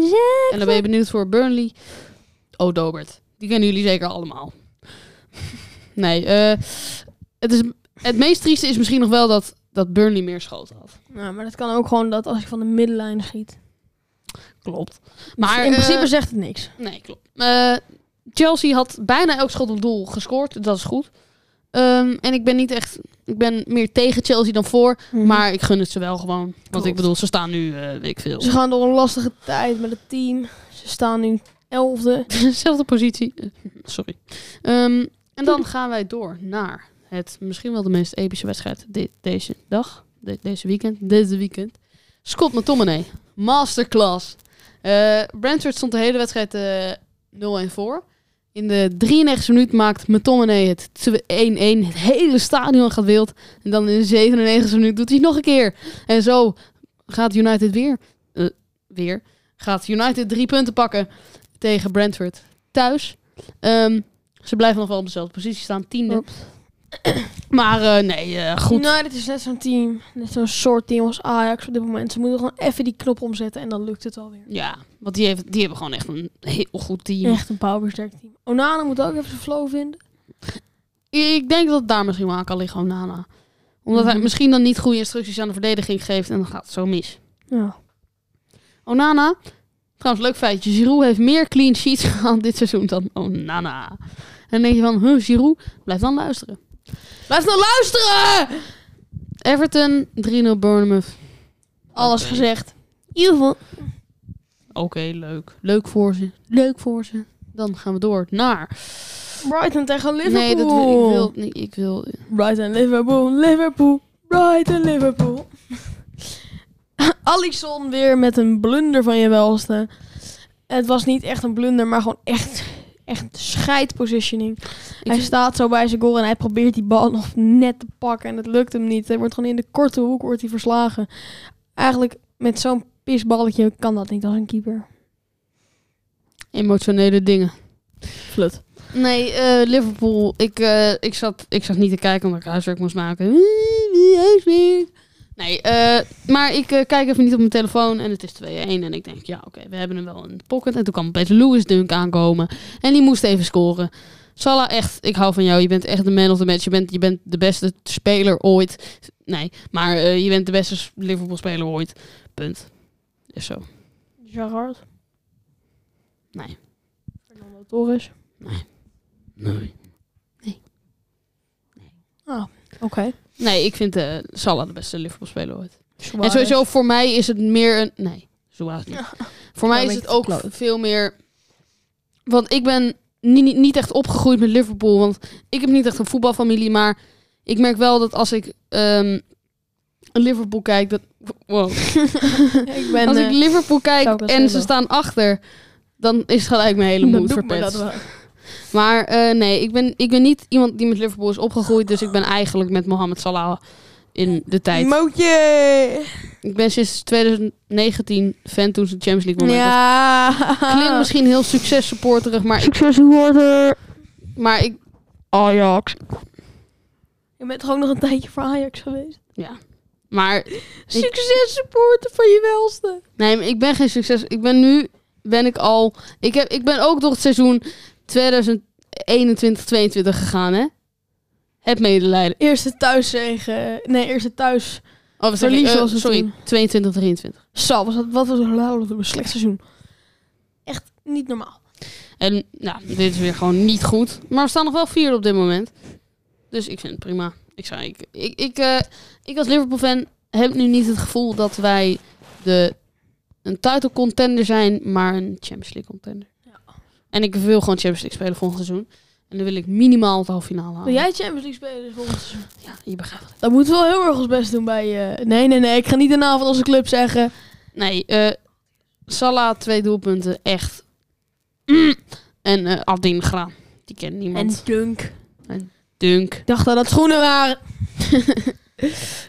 Speaker 2: En dan ben je benieuwd voor Burnley. Oh, Dobert. Die kennen jullie zeker allemaal. nee, eh, het, is, het meest trieste is misschien nog wel dat, dat Burnley meer schoten had.
Speaker 1: Nou, maar dat kan ook gewoon dat als ik van de middenlijn schiet.
Speaker 2: Klopt.
Speaker 1: Maar
Speaker 2: Maar
Speaker 1: in principe
Speaker 2: eh,
Speaker 1: zegt het niks.
Speaker 2: Nee, klopt. Eh, Chelsea had bijna elk schot op doel gescoord. Dat is goed. Ehm, en ik ben niet echt... Ik ben meer tegen Chelsea dan voor. Maar ik gun het ze wel gewoon. Want ik
Speaker 1: Klopt.
Speaker 2: bedoel, ze staan nu, eh, weet ik veel.
Speaker 1: ze gaan door een lastige tijd met het team. Ze staan nu elfde.
Speaker 2: Zelfde positie. Eh, Sorry. Ehm, en dan gaan wij door naar het misschien wel de meest epische wedstrijd de- deze dag. De- deze weekend. Deze weekend. Scott McTominay. Masterclass. Eh Brentford stond de hele wedstrijd eh 0-1 voor. In de 93 minuut maakt McTominay het 1-1. Het hele stadion gaat wild. En dan in de 97 minuut doet hij het nog een keer. En zo gaat United weer. eh, weer. Gaat United drie punten pakken tegen Brentford thuis. Ehm, ze blijven nog wel op dezelfde positie staan, tiende.
Speaker 1: Oeps.
Speaker 2: Maar eh, nee, eh, goed.
Speaker 1: Nou, dit is net zo'n team. Net zo'n soort team als Ajax op dit moment. Ze moeten gewoon even die knop omzetten en dan lukt het alweer.
Speaker 2: Ja, want die, heeft, die hebben gewoon echt een heel goed team.
Speaker 1: Echt een powersterk team. Onana moet ook even zijn flow vinden.
Speaker 2: Ik denk dat het daar misschien wel aan kan liggen, Onana. Omdat hij
Speaker 1: Mhm.
Speaker 2: misschien dan niet goede instructies aan de verdediging geeft en dan gaat het zo mis.
Speaker 1: Ja.
Speaker 2: Onana, trouwens leuk feitje, Giroud heeft meer clean sheets gehad dit seizoen dan Onana. En dan denk je van, huh, Giroud, blijf dan luisteren.
Speaker 1: Blijf nou luisteren!
Speaker 2: Everton, 3-0 Bournemouth.
Speaker 1: Alles
Speaker 2: Oké.
Speaker 1: gezegd. In ieder geval.
Speaker 2: Oké, leuk. Leuk voor ze. Leuk voor ze. Dan gaan we door naar.
Speaker 1: Brighton tegen Liverpool.
Speaker 2: Nee, dat wil, ik wil niet. Ik wil.
Speaker 1: Brighton, Liverpool, Liverpool, Brighton, Liverpool. Alisson weer met een blunder van je welste. Het was niet echt een blunder, maar gewoon echt, echt scheidpositioning.
Speaker 2: Ik
Speaker 1: Hij
Speaker 2: vind-
Speaker 1: staat zo bij zijn goal en hij probeert die bal nog net te pakken. En het lukt hem niet. Hij wordt gewoon in de korte hoek wordt hij verslagen. Eigenlijk met zo'n pisballetje kan dat niet als een keeper.
Speaker 2: emotionele dingen.
Speaker 1: Flut.
Speaker 2: Nee, eh, Liverpool. Ik, eh, ik, zat, ik zat niet te kijken omdat ik huiswerk moest maken. Wie- Wie huiswerk? Nee, eh, maar ik eh, kijk even niet op mijn telefoon en het is 2-1. En ik denk, ja, oké, we hebben hem wel in de pocket. En toen kwam Peter Lewis Dunk aankomen. En die moest even scoren. Salah, echt, ik hou van jou. Je bent echt de man of the match. Je bent, je bent de beste speler ooit. Nee, maar eh, je bent de beste s- Liverpool-speler ooit. Punt. Is zo.
Speaker 1: Gerard.
Speaker 2: Nee.
Speaker 1: Fernando Torres.
Speaker 2: Nee.
Speaker 1: Oké.
Speaker 2: Nee, ik vind eh Salah de beste Liverpool-speler ooit. En sowieso voor mij is het meer een... Nee, Suarez niet. Voor mij
Speaker 1: Ja,
Speaker 2: is
Speaker 1: maar
Speaker 2: het
Speaker 1: ik-
Speaker 2: ook
Speaker 1: klopt.
Speaker 2: veel meer... Want ik ben niet, niet, niet echt opgegroeid met Liverpool. Want ik heb niet echt een voetbalfamilie. Maar ik merk wel dat als ik ehm, Liverpool kijk... Dat, wow.
Speaker 1: ik ben...
Speaker 2: als
Speaker 1: eh,
Speaker 2: ik Liverpool kijk
Speaker 1: zou ik wel
Speaker 2: en ze
Speaker 1: spelen.
Speaker 2: staan achter... dan is gelijk mijn hele
Speaker 1: Dan
Speaker 2: moed
Speaker 1: doet me
Speaker 2: verpest.
Speaker 1: dat wel.
Speaker 2: Maar eh, nee, ik ben, ik ben niet iemand die met Liverpool is opgegroeid. Dus ik ben eigenlijk met Mohamed Salah in de tijd.
Speaker 1: Mootje!
Speaker 2: Ik ben sinds 2019 fan toen ze de Champions League wonnen. Dat
Speaker 1: Ja.
Speaker 2: klinkt misschien heel succes supporterig, maar ik,
Speaker 3: Succes worden.
Speaker 2: maar ik,
Speaker 3: Ajax.
Speaker 1: Je bent toch ook nog een tijdje voor Ajax geweest?
Speaker 2: maar
Speaker 1: Succes supporten van je welste.
Speaker 2: Nee, maar ik ben geen succes. Ik ben nu ben ik al. Ik, heb, ik ben ook door het seizoen 2021 22 gegaan, hè? Het medelijden.
Speaker 1: Eerste thuiszegen. Nee, eerste thuis.
Speaker 2: Oh, wat zeg ik?
Speaker 1: Verlies
Speaker 2: Eh,
Speaker 1: was het
Speaker 2: sorry,
Speaker 1: toen.
Speaker 2: 22 23.
Speaker 1: Sal, was dat, wat was dat een slecht seizoen? Echt niet normaal.
Speaker 2: En nou, dit is weer gewoon niet goed. Maar we staan nog wel vierde op dit moment. Dus ik vind het prima. Ik zou ik ik ik, eh, ik als Liverpool fan heb nu niet het gevoel dat wij de een title contender zijn, maar een Champions League contender.
Speaker 1: Ja.
Speaker 2: En ik wil gewoon Champions League spelen volgend seizoen. En dan wil ik minimaal het halve finale halen.
Speaker 1: Wil jij Champions League spelen volgend seizoen?
Speaker 2: Ja, je begrijpt het.
Speaker 1: Dat moeten we wel heel erg ons best doen bij... eh Nee, nee, nee. Ik ga niet de naam van onze club zeggen.
Speaker 2: Nee, eh Salah twee doelpunten, echt. Mm. En eh Adin Graan, die kent niemand.
Speaker 1: Dunk. Ik
Speaker 2: Dunk,
Speaker 1: dacht dat dat schoenen waren.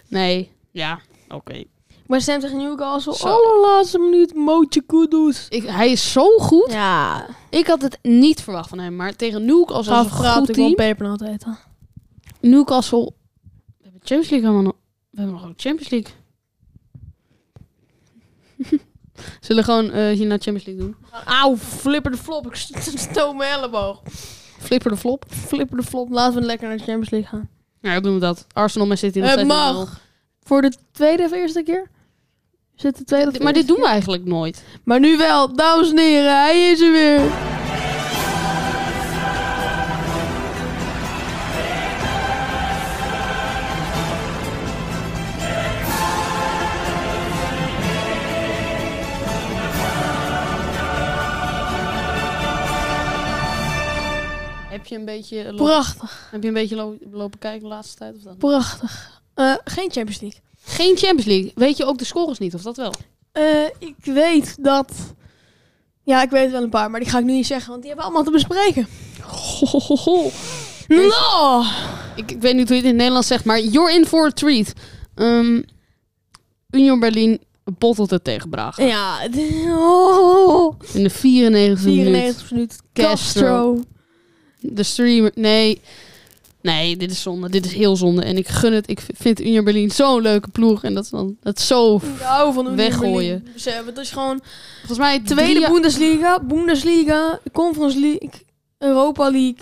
Speaker 2: nee, ja, oké.
Speaker 1: Maar Sam tegen Newcastle.
Speaker 2: Zo.
Speaker 1: Allerlaatste minuut. Mootje Kudus.
Speaker 2: Ik- Hij is zo goed.
Speaker 1: Ja.
Speaker 2: Ik had het niet verwacht van hem, maar tegen Newcastle
Speaker 1: Gaf
Speaker 2: was het een
Speaker 1: praat
Speaker 2: goed
Speaker 1: ik wel
Speaker 2: team.
Speaker 1: peper altijd. hè.
Speaker 2: Newcastle, we hebben Champions League helemaal nog. We hebben nog ook Champions League. Zullen we gewoon eh hierna Champions League doen?
Speaker 1: Auw, flipper de flop. Ik st- st- stoot mijn elleboog.
Speaker 2: Flipper de flop.
Speaker 1: Flipper de flop. Laten we lekker naar de Champions League gaan.
Speaker 2: Ja, dan doen we dat. Arsenal Man City. nog
Speaker 1: Het
Speaker 2: steeds
Speaker 1: mag.
Speaker 2: 0-0.
Speaker 1: Voor de tweede of eerste keer? Is het de tweede of
Speaker 2: Dit- Maar dit
Speaker 1: eerste
Speaker 2: doen we eigenlijk nooit.
Speaker 1: keer? Maar nu wel, dames en heren. Hij is er weer.
Speaker 2: Heb je een beetje, eh, lo-
Speaker 1: Prachtig,
Speaker 2: heb je een beetje lo- lopen kijken de laatste tijd? Of dat?
Speaker 1: prachtig. Eh, geen Champions League.
Speaker 2: Geen Champions League. Weet je ook de scores niet, of dat wel?
Speaker 1: Eh, ik weet dat... Ja, ik weet wel een paar, maar die ga ik nu niet zeggen, want die hebben allemaal te bespreken. No!
Speaker 2: Ik, ik weet niet hoe je het in het Nederlands zegt, maar you're in for a treat. Ehm, Union Berlin bottelt het tegen Braga.
Speaker 1: Ja, d- oh,
Speaker 2: In de 94 minuut.
Speaker 1: 94 minuut.
Speaker 2: Castro.
Speaker 1: Castro.
Speaker 2: De streamer... Nee. Nee, dit is zonde. Dit is heel zonde. En ik gun het. Ik v- vind Union Berlin zo'n leuke ploeg. En dat is dan dat is zo...
Speaker 1: Ik hou van Union
Speaker 2: Weggooien.
Speaker 1: Berlin. Ze hebben dus gewoon
Speaker 2: Volgens mij
Speaker 1: Tweede
Speaker 2: drie jaar-
Speaker 1: Bundesliga, Bundesliga, Conference League, Europa League,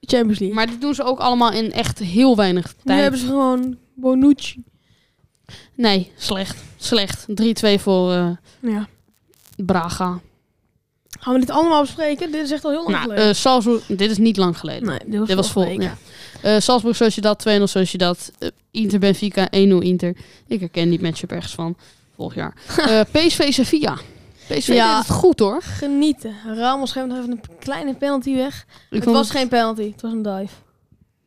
Speaker 1: Champions League.
Speaker 2: Maar dit doen ze ook allemaal in echt heel weinig
Speaker 1: nu
Speaker 2: tijd.
Speaker 1: hebben ze gewoon Bonucci.
Speaker 2: Nee, slecht. Slecht. 3-2 voor eh,
Speaker 1: Ja.
Speaker 2: Braga.
Speaker 1: Gaan we dit allemaal bespreken? Dit is echt al heel lang
Speaker 2: Nou,
Speaker 1: geleden.
Speaker 2: eh, Salzburg... Dit is niet lang geleden.
Speaker 1: nee, dit was,
Speaker 2: Dit was vol.
Speaker 1: vorige week.
Speaker 2: Ja. Eh Salzburg Sociedad 2-0 Sociedad. Eh, Inter Benfica 1-0 Inter. Ik herken die matchup ergens van vorig jaar. Eh, PSV Sevilla. PSV
Speaker 1: Ja.
Speaker 2: deed het goed hoor.
Speaker 1: Genieten. Ramos geeft nog even een kleine penalty weg.
Speaker 2: Ik
Speaker 1: het
Speaker 2: vond
Speaker 1: was geen penalty, het was een dive.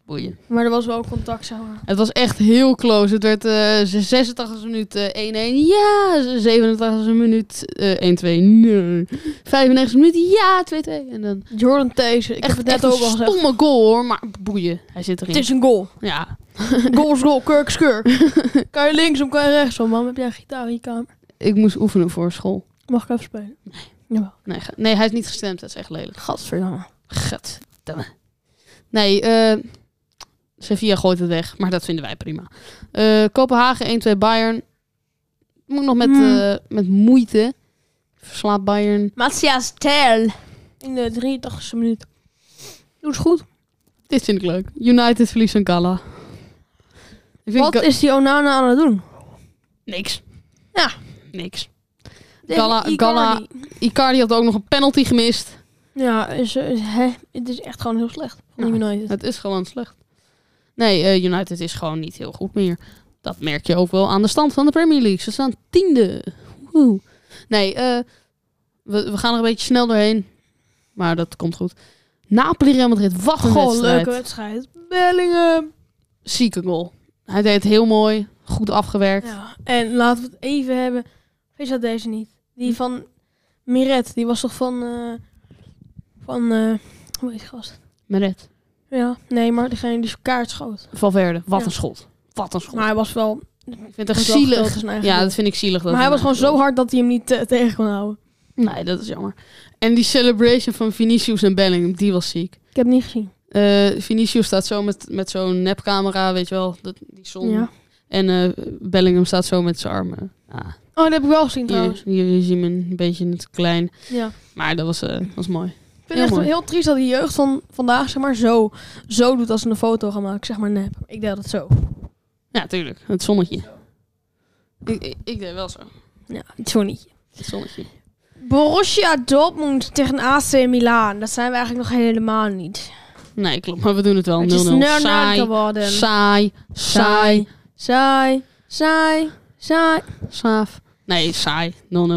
Speaker 2: boeien.
Speaker 1: Maar er was wel contact, zeg maar.
Speaker 2: Het was echt heel close. Het werd eh 86 minuut eh, 1-1. Ja, 87 minuut eh, 1-2. Nee. 95 minuten. Ja, 2-2. En dan
Speaker 1: Jordan Thees, ik heb
Speaker 2: echt,
Speaker 1: het
Speaker 2: echt
Speaker 1: net
Speaker 2: een
Speaker 1: ook al gezegd.
Speaker 2: stomme goal hoor. Maar boeien. Hij zit
Speaker 1: Het
Speaker 2: erin.
Speaker 1: is een goal.
Speaker 2: Ja.
Speaker 1: Goal is goal, kurk is kurk. kan je linksom, kan je rechtsom, man. Heb jij een gitaar in je kamer?
Speaker 2: Ik moest oefenen voor school.
Speaker 1: Mag ik even spelen? Jawel.
Speaker 2: Nee, ge- nee hij is niet gestemd. Dat is echt lelijk.
Speaker 1: Gadverdamme.
Speaker 2: Gut. Nee, eh Sevilla gooit het weg, maar dat vinden wij prima. Eh, Kopenhagen 1-2 Bayern. Moet nog met,
Speaker 1: Hmm.
Speaker 2: eh, met moeite. Verslaat Bayern.
Speaker 1: Matthias Tel. In de 83ste minuut. Doe het goed.
Speaker 2: Dit vind ik leuk. United verliest van Gala. Ik vind
Speaker 1: Wat
Speaker 2: Ga-
Speaker 1: is die Onana aan het doen?
Speaker 2: Niks.
Speaker 1: Ja.
Speaker 2: Niks.
Speaker 1: Deze
Speaker 2: Gala-
Speaker 1: Icardi.
Speaker 2: Gala- Icardi had ook nog een penalty gemist.
Speaker 1: Ja, is, is- hè, het is echt gewoon heel slecht. Van
Speaker 2: Ja.
Speaker 1: United.
Speaker 2: Dus- Het is gewoon slecht. Nee, eh, United is gewoon niet heel goed meer. Dat merk je ook wel aan de stand van de Premier League. Ze staan tiende. Woehoe. Nee, eh, we, we gaan er een beetje snel doorheen. Maar dat komt goed. Napoli Real Madrid, wat een
Speaker 1: Goh,
Speaker 2: wedstrijd.
Speaker 1: leuke wedstrijd. Bellingham.
Speaker 2: Zieke goal. Hij deed het heel mooi, goed afgewerkt.
Speaker 1: Ja. En laten we het even hebben. Is dat deze niet? Die van Miret, die was toch van... eh, van eh, hoe heet die gast?
Speaker 2: Meret.
Speaker 1: Ja, nee, maar degene die zijn kaart schoot.
Speaker 2: Valverde. Wat
Speaker 1: Ja.
Speaker 2: een schot. Wat een schot.
Speaker 1: Maar hij was wel...
Speaker 2: ik vind het echt
Speaker 1: was wel groot
Speaker 2: zielig.
Speaker 1: in zijn eigen
Speaker 2: Ja,
Speaker 1: doel.
Speaker 2: dat vind ik zielig. dat
Speaker 1: maar hij was
Speaker 2: hem
Speaker 1: gewoon zo
Speaker 2: eigenlijk
Speaker 1: hard dat hij hem niet eh, tegen kon houden.
Speaker 2: wel- Nee, dat is jammer. En die celebration van Vinicius en Bellingham, die was ziek.
Speaker 1: Ik heb het niet gezien.
Speaker 2: Eh Vinicius staat zo met, met zo'n nepcamera, weet je wel, dat, die zon.
Speaker 1: Ja.
Speaker 2: En eh, Bellingham staat zo met zijn armen. Ah,
Speaker 1: Oh, dat heb ik wel gezien
Speaker 2: hier,
Speaker 1: trouwens.
Speaker 2: hier zie je hem een beetje in het klein.
Speaker 1: Ja.
Speaker 2: Maar dat was, eh, was mooi.
Speaker 1: Ik vind het echt
Speaker 2: mooi.
Speaker 1: heel triest dat die jeugd van vandaag zeg maar, zo, zo doet als ze een foto gaan maken. Zeg maar nep. Ik deed dat zo.
Speaker 2: Ja, tuurlijk. Het zonnetje. Ik, ik, ik deed wel zo.
Speaker 1: Ja, sorry.
Speaker 2: Het zonnetje.
Speaker 1: Borussia Dortmund tegen AC Milan. Dat zijn we eigenlijk nog helemaal niet.
Speaker 2: Nee, klopt. Maar we doen het wel. 0-0.
Speaker 1: het is 0-0
Speaker 2: Saai,
Speaker 1: geworden.
Speaker 2: saai, saai,
Speaker 1: Saai. Saai. Saai. Saai.
Speaker 2: saaf. Nee, saai. 0-0.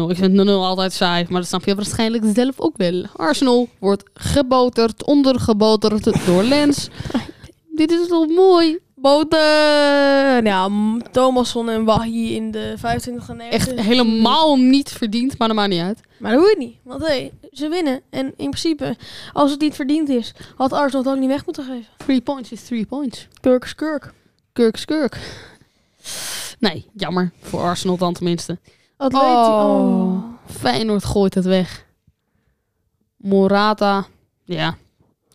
Speaker 2: Ik vind 0-0 altijd saai. Maar dat snap je waarschijnlijk zelf ook wel. Arsenal wordt geboterd, ondergeboterd door Lens. Dit is toch mooi?
Speaker 1: Boten. Ja, M- Thomasson en Wahi in de 25 en 90.
Speaker 2: Echt helemaal niet verdiend, maar dat maakt niet uit.
Speaker 1: Maar dat hoeft niet. Want hé, ze winnen. En in principe, als het niet verdiend is, had Arsenal het ook niet weg moeten geven.
Speaker 2: Three points is three points.
Speaker 1: Kurk is kurk.
Speaker 2: Kurk, kurk. Nee, jammer. Voor Arsenal dan tenminste.
Speaker 1: Atleti-
Speaker 2: Oh. Feyenoord gooit het weg. Morata. Ja.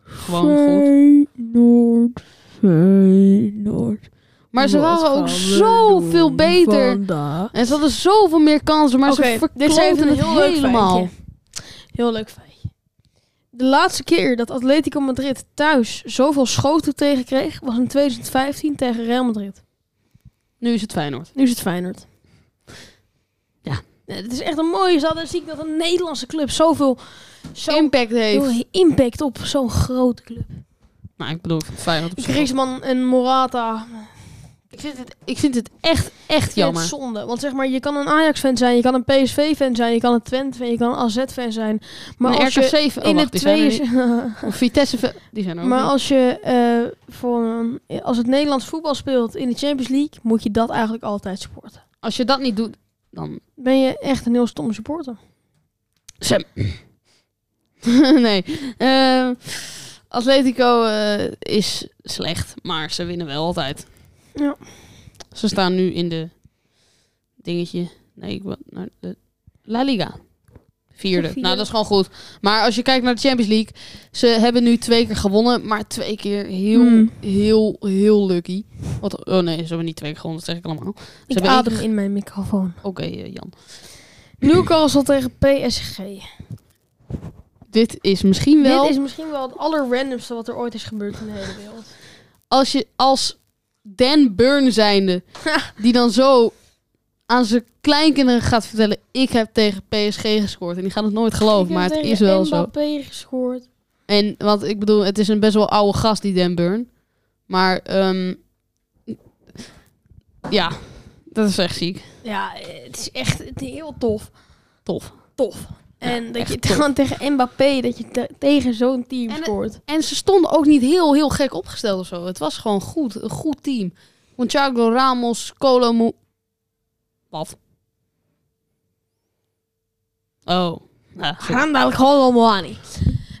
Speaker 2: Gewoon goed.
Speaker 1: Feyenoord, Feyenoord.
Speaker 2: Maar ze
Speaker 1: Wat
Speaker 2: waren
Speaker 1: gaan
Speaker 2: ook
Speaker 1: we
Speaker 2: zoveel
Speaker 1: doen
Speaker 2: beter.
Speaker 1: vandaag?
Speaker 2: En ze hadden zoveel meer kansen, maar
Speaker 1: Oké,
Speaker 2: ze
Speaker 1: dit is even
Speaker 2: verkloten
Speaker 1: een
Speaker 2: het
Speaker 1: heel leuk
Speaker 2: helemaal.
Speaker 1: feitje. Heel leuk feitje. De laatste keer dat Atletico Madrid thuis zoveel schoten tegenkreeg, was in 2015 tegen Real Madrid.
Speaker 2: Nu is het Feyenoord.
Speaker 1: Nu is het Feyenoord.
Speaker 2: Ja.
Speaker 1: Eh, Het is echt een mooie statistiek dat een Nederlandse club zoveel, zoveel
Speaker 2: Impact heeft.
Speaker 1: impact op zo'n grote club.
Speaker 2: Nou, ik bedoel, ik vind Feyenoord op zich
Speaker 1: Griezmann en Morata,
Speaker 2: wel- ik vind, het, ik vind het echt, echt
Speaker 1: vind het
Speaker 2: jammer.
Speaker 1: zonde. Want zeg maar, je kan een Ajax-fan zijn, je kan een PSV-fan zijn, je kan een Twente-fan, je kan een AZ-fan zijn. Maar
Speaker 2: Maar
Speaker 1: als je
Speaker 2: RKC, oh,
Speaker 1: in
Speaker 2: wacht,
Speaker 1: het
Speaker 2: die zijn er niet. Oh,
Speaker 1: tweede...
Speaker 2: Of Vitesse, die zijn er ook
Speaker 1: maar
Speaker 2: niet.
Speaker 1: als je eh, voor een- als het Nederlands voetbal speelt in de Champions League, moet je dat eigenlijk altijd supporten.
Speaker 2: Als je dat niet doet, dan...
Speaker 1: Ben je echt een heel stom supporter?
Speaker 2: Sam. nee. Eh, Atletico eh, is slecht, maar ze winnen wel altijd.
Speaker 1: Ja.
Speaker 2: Ze staan nu in de dingetje. Nee, ik wil naar de La Liga. Vierde.
Speaker 1: De vierde.
Speaker 2: Nou, dat is gewoon goed. Maar als je kijkt naar de Champions League, ze hebben nu twee keer gewonnen, maar twee keer heel,
Speaker 1: Hmm.
Speaker 2: heel, heel lucky. Wat, oh nee, ze hebben niet twee keer gewonnen, dat zeg ik allemaal. Ze
Speaker 1: Ik
Speaker 2: hebben één
Speaker 1: adem
Speaker 2: keer-
Speaker 1: in mijn microfoon.
Speaker 2: Oké, eh, Jan.
Speaker 1: Newcastle tegen PSG.
Speaker 2: Dit is misschien wel.
Speaker 1: Dit is misschien wel het allerrandomste wat er ooit is gebeurd in de hele wereld.
Speaker 2: als je als Dan Burn zijnde, die dan zo aan zijn kleinkinderen gaat vertellen: ik heb tegen PSG gescoord. En die gaan het nooit
Speaker 1: Ik
Speaker 2: geloven,
Speaker 1: heb
Speaker 2: maar het
Speaker 1: tegen
Speaker 2: is wel zo.
Speaker 1: Mbappé gescoord.
Speaker 2: En want ik bedoel, het is een best wel oude gast die Dan Burn. Maar ehm, ja, dat is echt ziek.
Speaker 1: Ja, eh, het is echt het is heel tof.
Speaker 2: Tof.
Speaker 1: tof. En dat
Speaker 2: echt
Speaker 1: je
Speaker 2: tof.
Speaker 1: gewoon tegen Mbappé, dat je te- tegen zo'n team
Speaker 2: En het-
Speaker 1: scoort.
Speaker 2: En ze stonden ook niet heel, heel gek opgesteld of zo. Het was gewoon goed. Een goed team. Thiago Ramos, Colomo... Wat? Oh. Ja, sorry.
Speaker 1: Gaan dadelijk gewoon allemaal aan.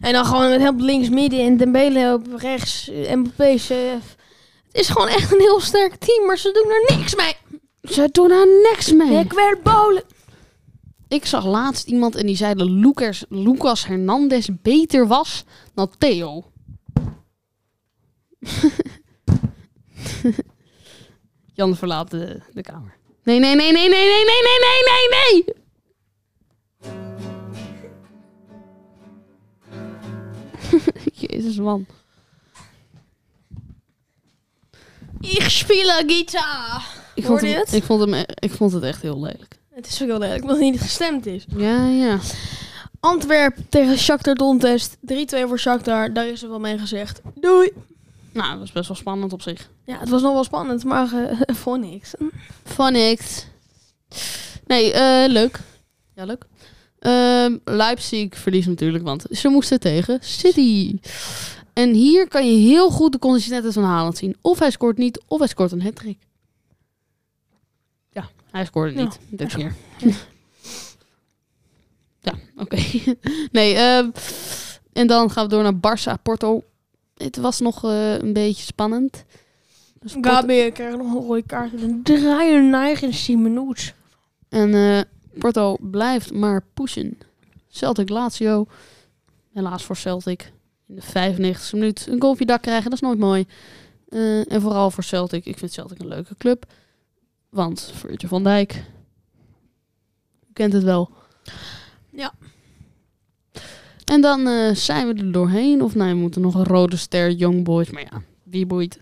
Speaker 1: En dan gewoon met help links, midden en Dembele op rechts, eh, Mbappé, CF. Het is gewoon echt een heel sterk team, maar ze doen er niks mee.
Speaker 2: Ze doen daar niks mee.
Speaker 1: Ik werd bolen.
Speaker 2: Ik zag laatst iemand en die zei dat Lucas, Lucas Hernandez beter was dan Theo. Jan verlaat de, de kamer. Nee, nee, nee, nee, nee, nee, nee, nee, nee, nee, nee! Jezus, man.
Speaker 1: Ik speel gitaar.
Speaker 2: Ik vond,
Speaker 1: Hoorde je
Speaker 2: hem,
Speaker 1: het?
Speaker 2: ik, vond hem, e- ik vond het echt heel lelijk.
Speaker 1: Het is ook heel lelijk, omdat het niet gestemd is.
Speaker 2: Ja, ja.
Speaker 1: Antwerpen tegen Shakhtar Donetsk. 3-2 voor Shakhtar, daar is er wel mee gezegd. Doei.
Speaker 2: Nou, dat was best wel spannend op zich.
Speaker 1: Ja, het was nog wel spannend, maar eh, voor niks.
Speaker 2: Van niks. Nee, eh, leuk. Ja, leuk. Ehm, Leipzig verliest natuurlijk, want ze moesten tegen City. En hier kan je heel goed de consistentie van Haaland zien. Of hij scoort niet, of hij scoort een hat-trick. Ja, hij scoorde niet dit keer. Ja, oké. nee, eh, en dan gaan we door naar Barça Porto. Het was nog eh, een beetje spannend. Dus Porto-
Speaker 1: Gabi krijgt nog een rode kaart. Een draaien neigen in 10 minuten.
Speaker 2: En eh, Porto blijft maar pushen. Celtic Lazio. Helaas voor Celtic. In de 95e minuut een golfje dak krijgen, dat is nooit mooi. Eh, en vooral voor Celtic. Ik vind Celtic een leuke club. Want Virgil van Dijk. U kent het wel.
Speaker 1: Ja.
Speaker 2: En dan eh, zijn we er doorheen. Of nou, nee, we moeten nog een rode ster, Young Boys. Maar ja, wie boeit?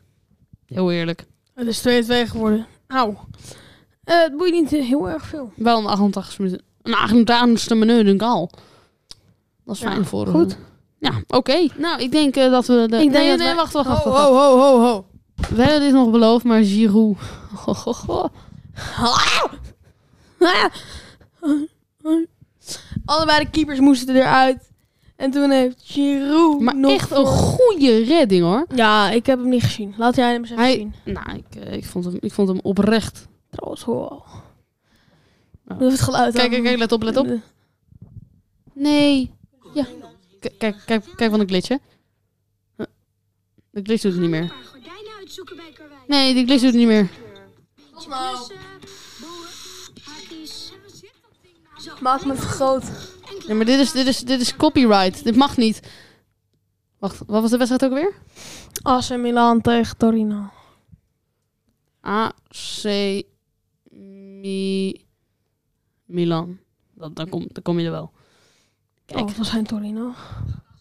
Speaker 2: Heel eerlijk.
Speaker 1: Het is 2-2 geworden. Au. Eh, het boeit niet eh, heel erg veel.
Speaker 2: Wel een 88 minuten. Een 88 minuut een goal. Dat is
Speaker 1: Ja,
Speaker 2: fijn voor
Speaker 1: goed.
Speaker 2: eh, ja, oké. Nou, ik denk eh, dat we... Oh, De...
Speaker 1: Ik denk
Speaker 2: nee,
Speaker 1: dat
Speaker 2: nee,
Speaker 1: wij-
Speaker 2: wacht, wacht, wacht,
Speaker 1: ho,
Speaker 2: wacht.
Speaker 1: ho, ho, ho, ho.
Speaker 2: We hebben dit nog beloofd, maar Giroud...
Speaker 1: Ah. Allebei de keepers moesten eruit. En toen heeft Giroud
Speaker 2: maar
Speaker 1: nog
Speaker 2: echt een
Speaker 1: voor-
Speaker 2: goede redding, hoor.
Speaker 1: Ja, ik heb hem niet gezien. Laat jij hem eens even
Speaker 2: Hij-
Speaker 1: zien.
Speaker 2: Nou, ik, eh, ik, vond hem, ik vond hem oprecht.
Speaker 1: Trouwens, hoor.
Speaker 2: Nou.
Speaker 1: Doe het geluid
Speaker 2: Kijk, kijk, kijk, let op, let op. Nee. Ja. K- Kijk, kijk, kijk, wat een glitch, hè. Huh. Eh, De glitch doet het niet meer.
Speaker 4: paar gordijnen uitzoeken bij Karwei.
Speaker 2: Nee, die glitch doet het niet meer.
Speaker 4: Beetje
Speaker 1: nou.
Speaker 4: klussen, boren, haakjes. Zo,
Speaker 1: Maak me groot.
Speaker 2: Nee, maar dit is, dit, is, dit is copyright. Dit mag niet. Wacht, wat was de wedstrijd ook weer?
Speaker 1: AC Milan tegen Torino.
Speaker 2: AC Mi- Milan. Dan, dan, kom, dan kom je er wel. Kijk.
Speaker 1: Oh, dat was zijn Torino.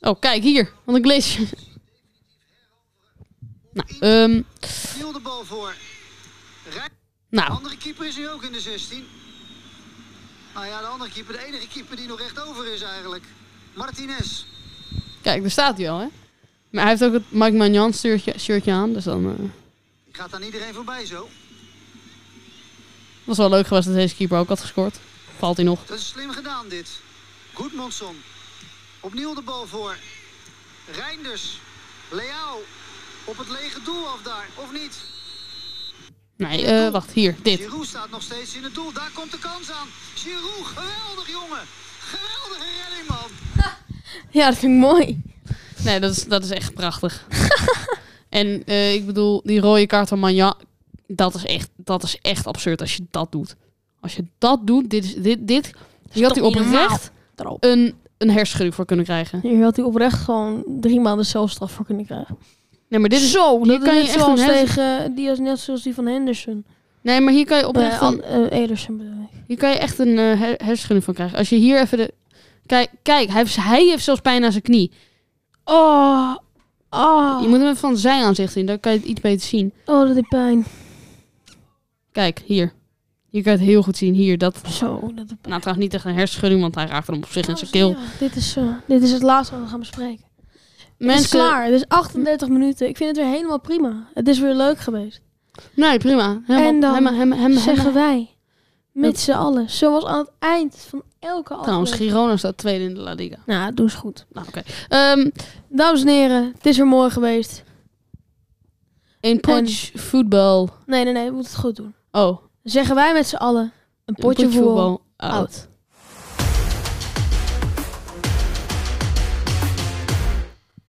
Speaker 2: Oh, kijk hier. Wat een glitch. nou, ehm,
Speaker 5: Viel de bal voor. Rijk.
Speaker 2: nou,
Speaker 5: Andere keeper is hier ook in de 16. Nou ja, de andere keeper, de enige keeper die nog recht over is eigenlijk. Martinez.
Speaker 2: kijk, daar staat hij al, hè. Maar hij heeft ook het Mike Magnan shirtje, shirtje aan. Dus dan eh,
Speaker 5: Gaat aan iedereen voorbij zo.
Speaker 2: was wel leuk geweest dat deze keeper ook had gescoord. Valt hij nog.
Speaker 5: Dat is slim gedaan dit. Goedmondson. Opnieuw de bal voor. Reinders. Leao. Op het lege doel af daar, of niet?
Speaker 2: Nee, eh, wacht. Hier, dit.
Speaker 5: Giroud staat nog steeds in het doel. Daar komt de kans aan. Giroud, geweldig jongen. Geweldige redding man.
Speaker 1: Ja, dat vind ik mooi.
Speaker 2: Nee, dat is, dat is echt prachtig. en eh, ik bedoel, die rode kaart van Manja, dat is, echt, dat is echt absurd als je dat doet. Als je dat doet, dit is dit. dit hier had hij
Speaker 1: toch niet
Speaker 2: oprecht
Speaker 1: Daarop.
Speaker 2: een, een hersenschudding voor kunnen krijgen.
Speaker 1: Hier had hij oprecht gewoon drie maanden celstraf voor kunnen krijgen.
Speaker 2: Nee, maar dit is
Speaker 1: Zo,
Speaker 2: hier
Speaker 1: dat is
Speaker 2: kan Dus je
Speaker 1: net
Speaker 2: echt
Speaker 1: zoals
Speaker 2: een hens-
Speaker 1: tegen, die is net zoals die van Henderson.
Speaker 2: Nee, maar hier kan je
Speaker 1: Eh
Speaker 2: oprecht
Speaker 1: An-
Speaker 2: een,
Speaker 1: eh, Ederson bedoel ik.
Speaker 2: hier kan je echt een eh, her- hersenschudding van krijgen. Als je hier even de Kijk, kijk hij, heeft, hij heeft zelfs pijn aan zijn knie.
Speaker 1: Oh, oh,
Speaker 2: Je moet hem even van zijn aanzicht zien, dan kan je het iets beter zien.
Speaker 1: oh, dat deed pijn.
Speaker 2: Kijk, hier. Hier kan je het heel goed zien. Hier, dat...
Speaker 1: Zo, dat deed pijn. Oh,
Speaker 2: Nou, trouwens niet echt een hersenschudding, want hij raakte hem op zich in zijn keel.
Speaker 1: Ja, dit, is, eh, dit is het laatste wat we gaan bespreken. Het
Speaker 2: Mensen,
Speaker 1: is klaar, het is 38 minuten. Ik vind het weer helemaal prima. Het is weer leuk geweest.
Speaker 2: Nee, prima. Helemaal,
Speaker 1: En dan
Speaker 2: helemaal, helemaal, helemaal,
Speaker 1: Zeggen
Speaker 2: helemaal.
Speaker 1: wij, met z'n allen, zoals aan het eind van elke
Speaker 2: Trouwens,
Speaker 1: aflevering.
Speaker 2: Girona staat tweede in de La Liga.
Speaker 1: Nou, doe eens goed.
Speaker 2: Nou, oké. Ehm,
Speaker 1: Dames en heren, het is weer mooi geweest.
Speaker 2: een potje voetbal.
Speaker 1: Nee, nee, nee, we moeten het goed doen.
Speaker 2: Oh,
Speaker 1: Dan zeggen wij met z'n allen, een potje, voetbal, Oh.
Speaker 2: out.
Speaker 1: out.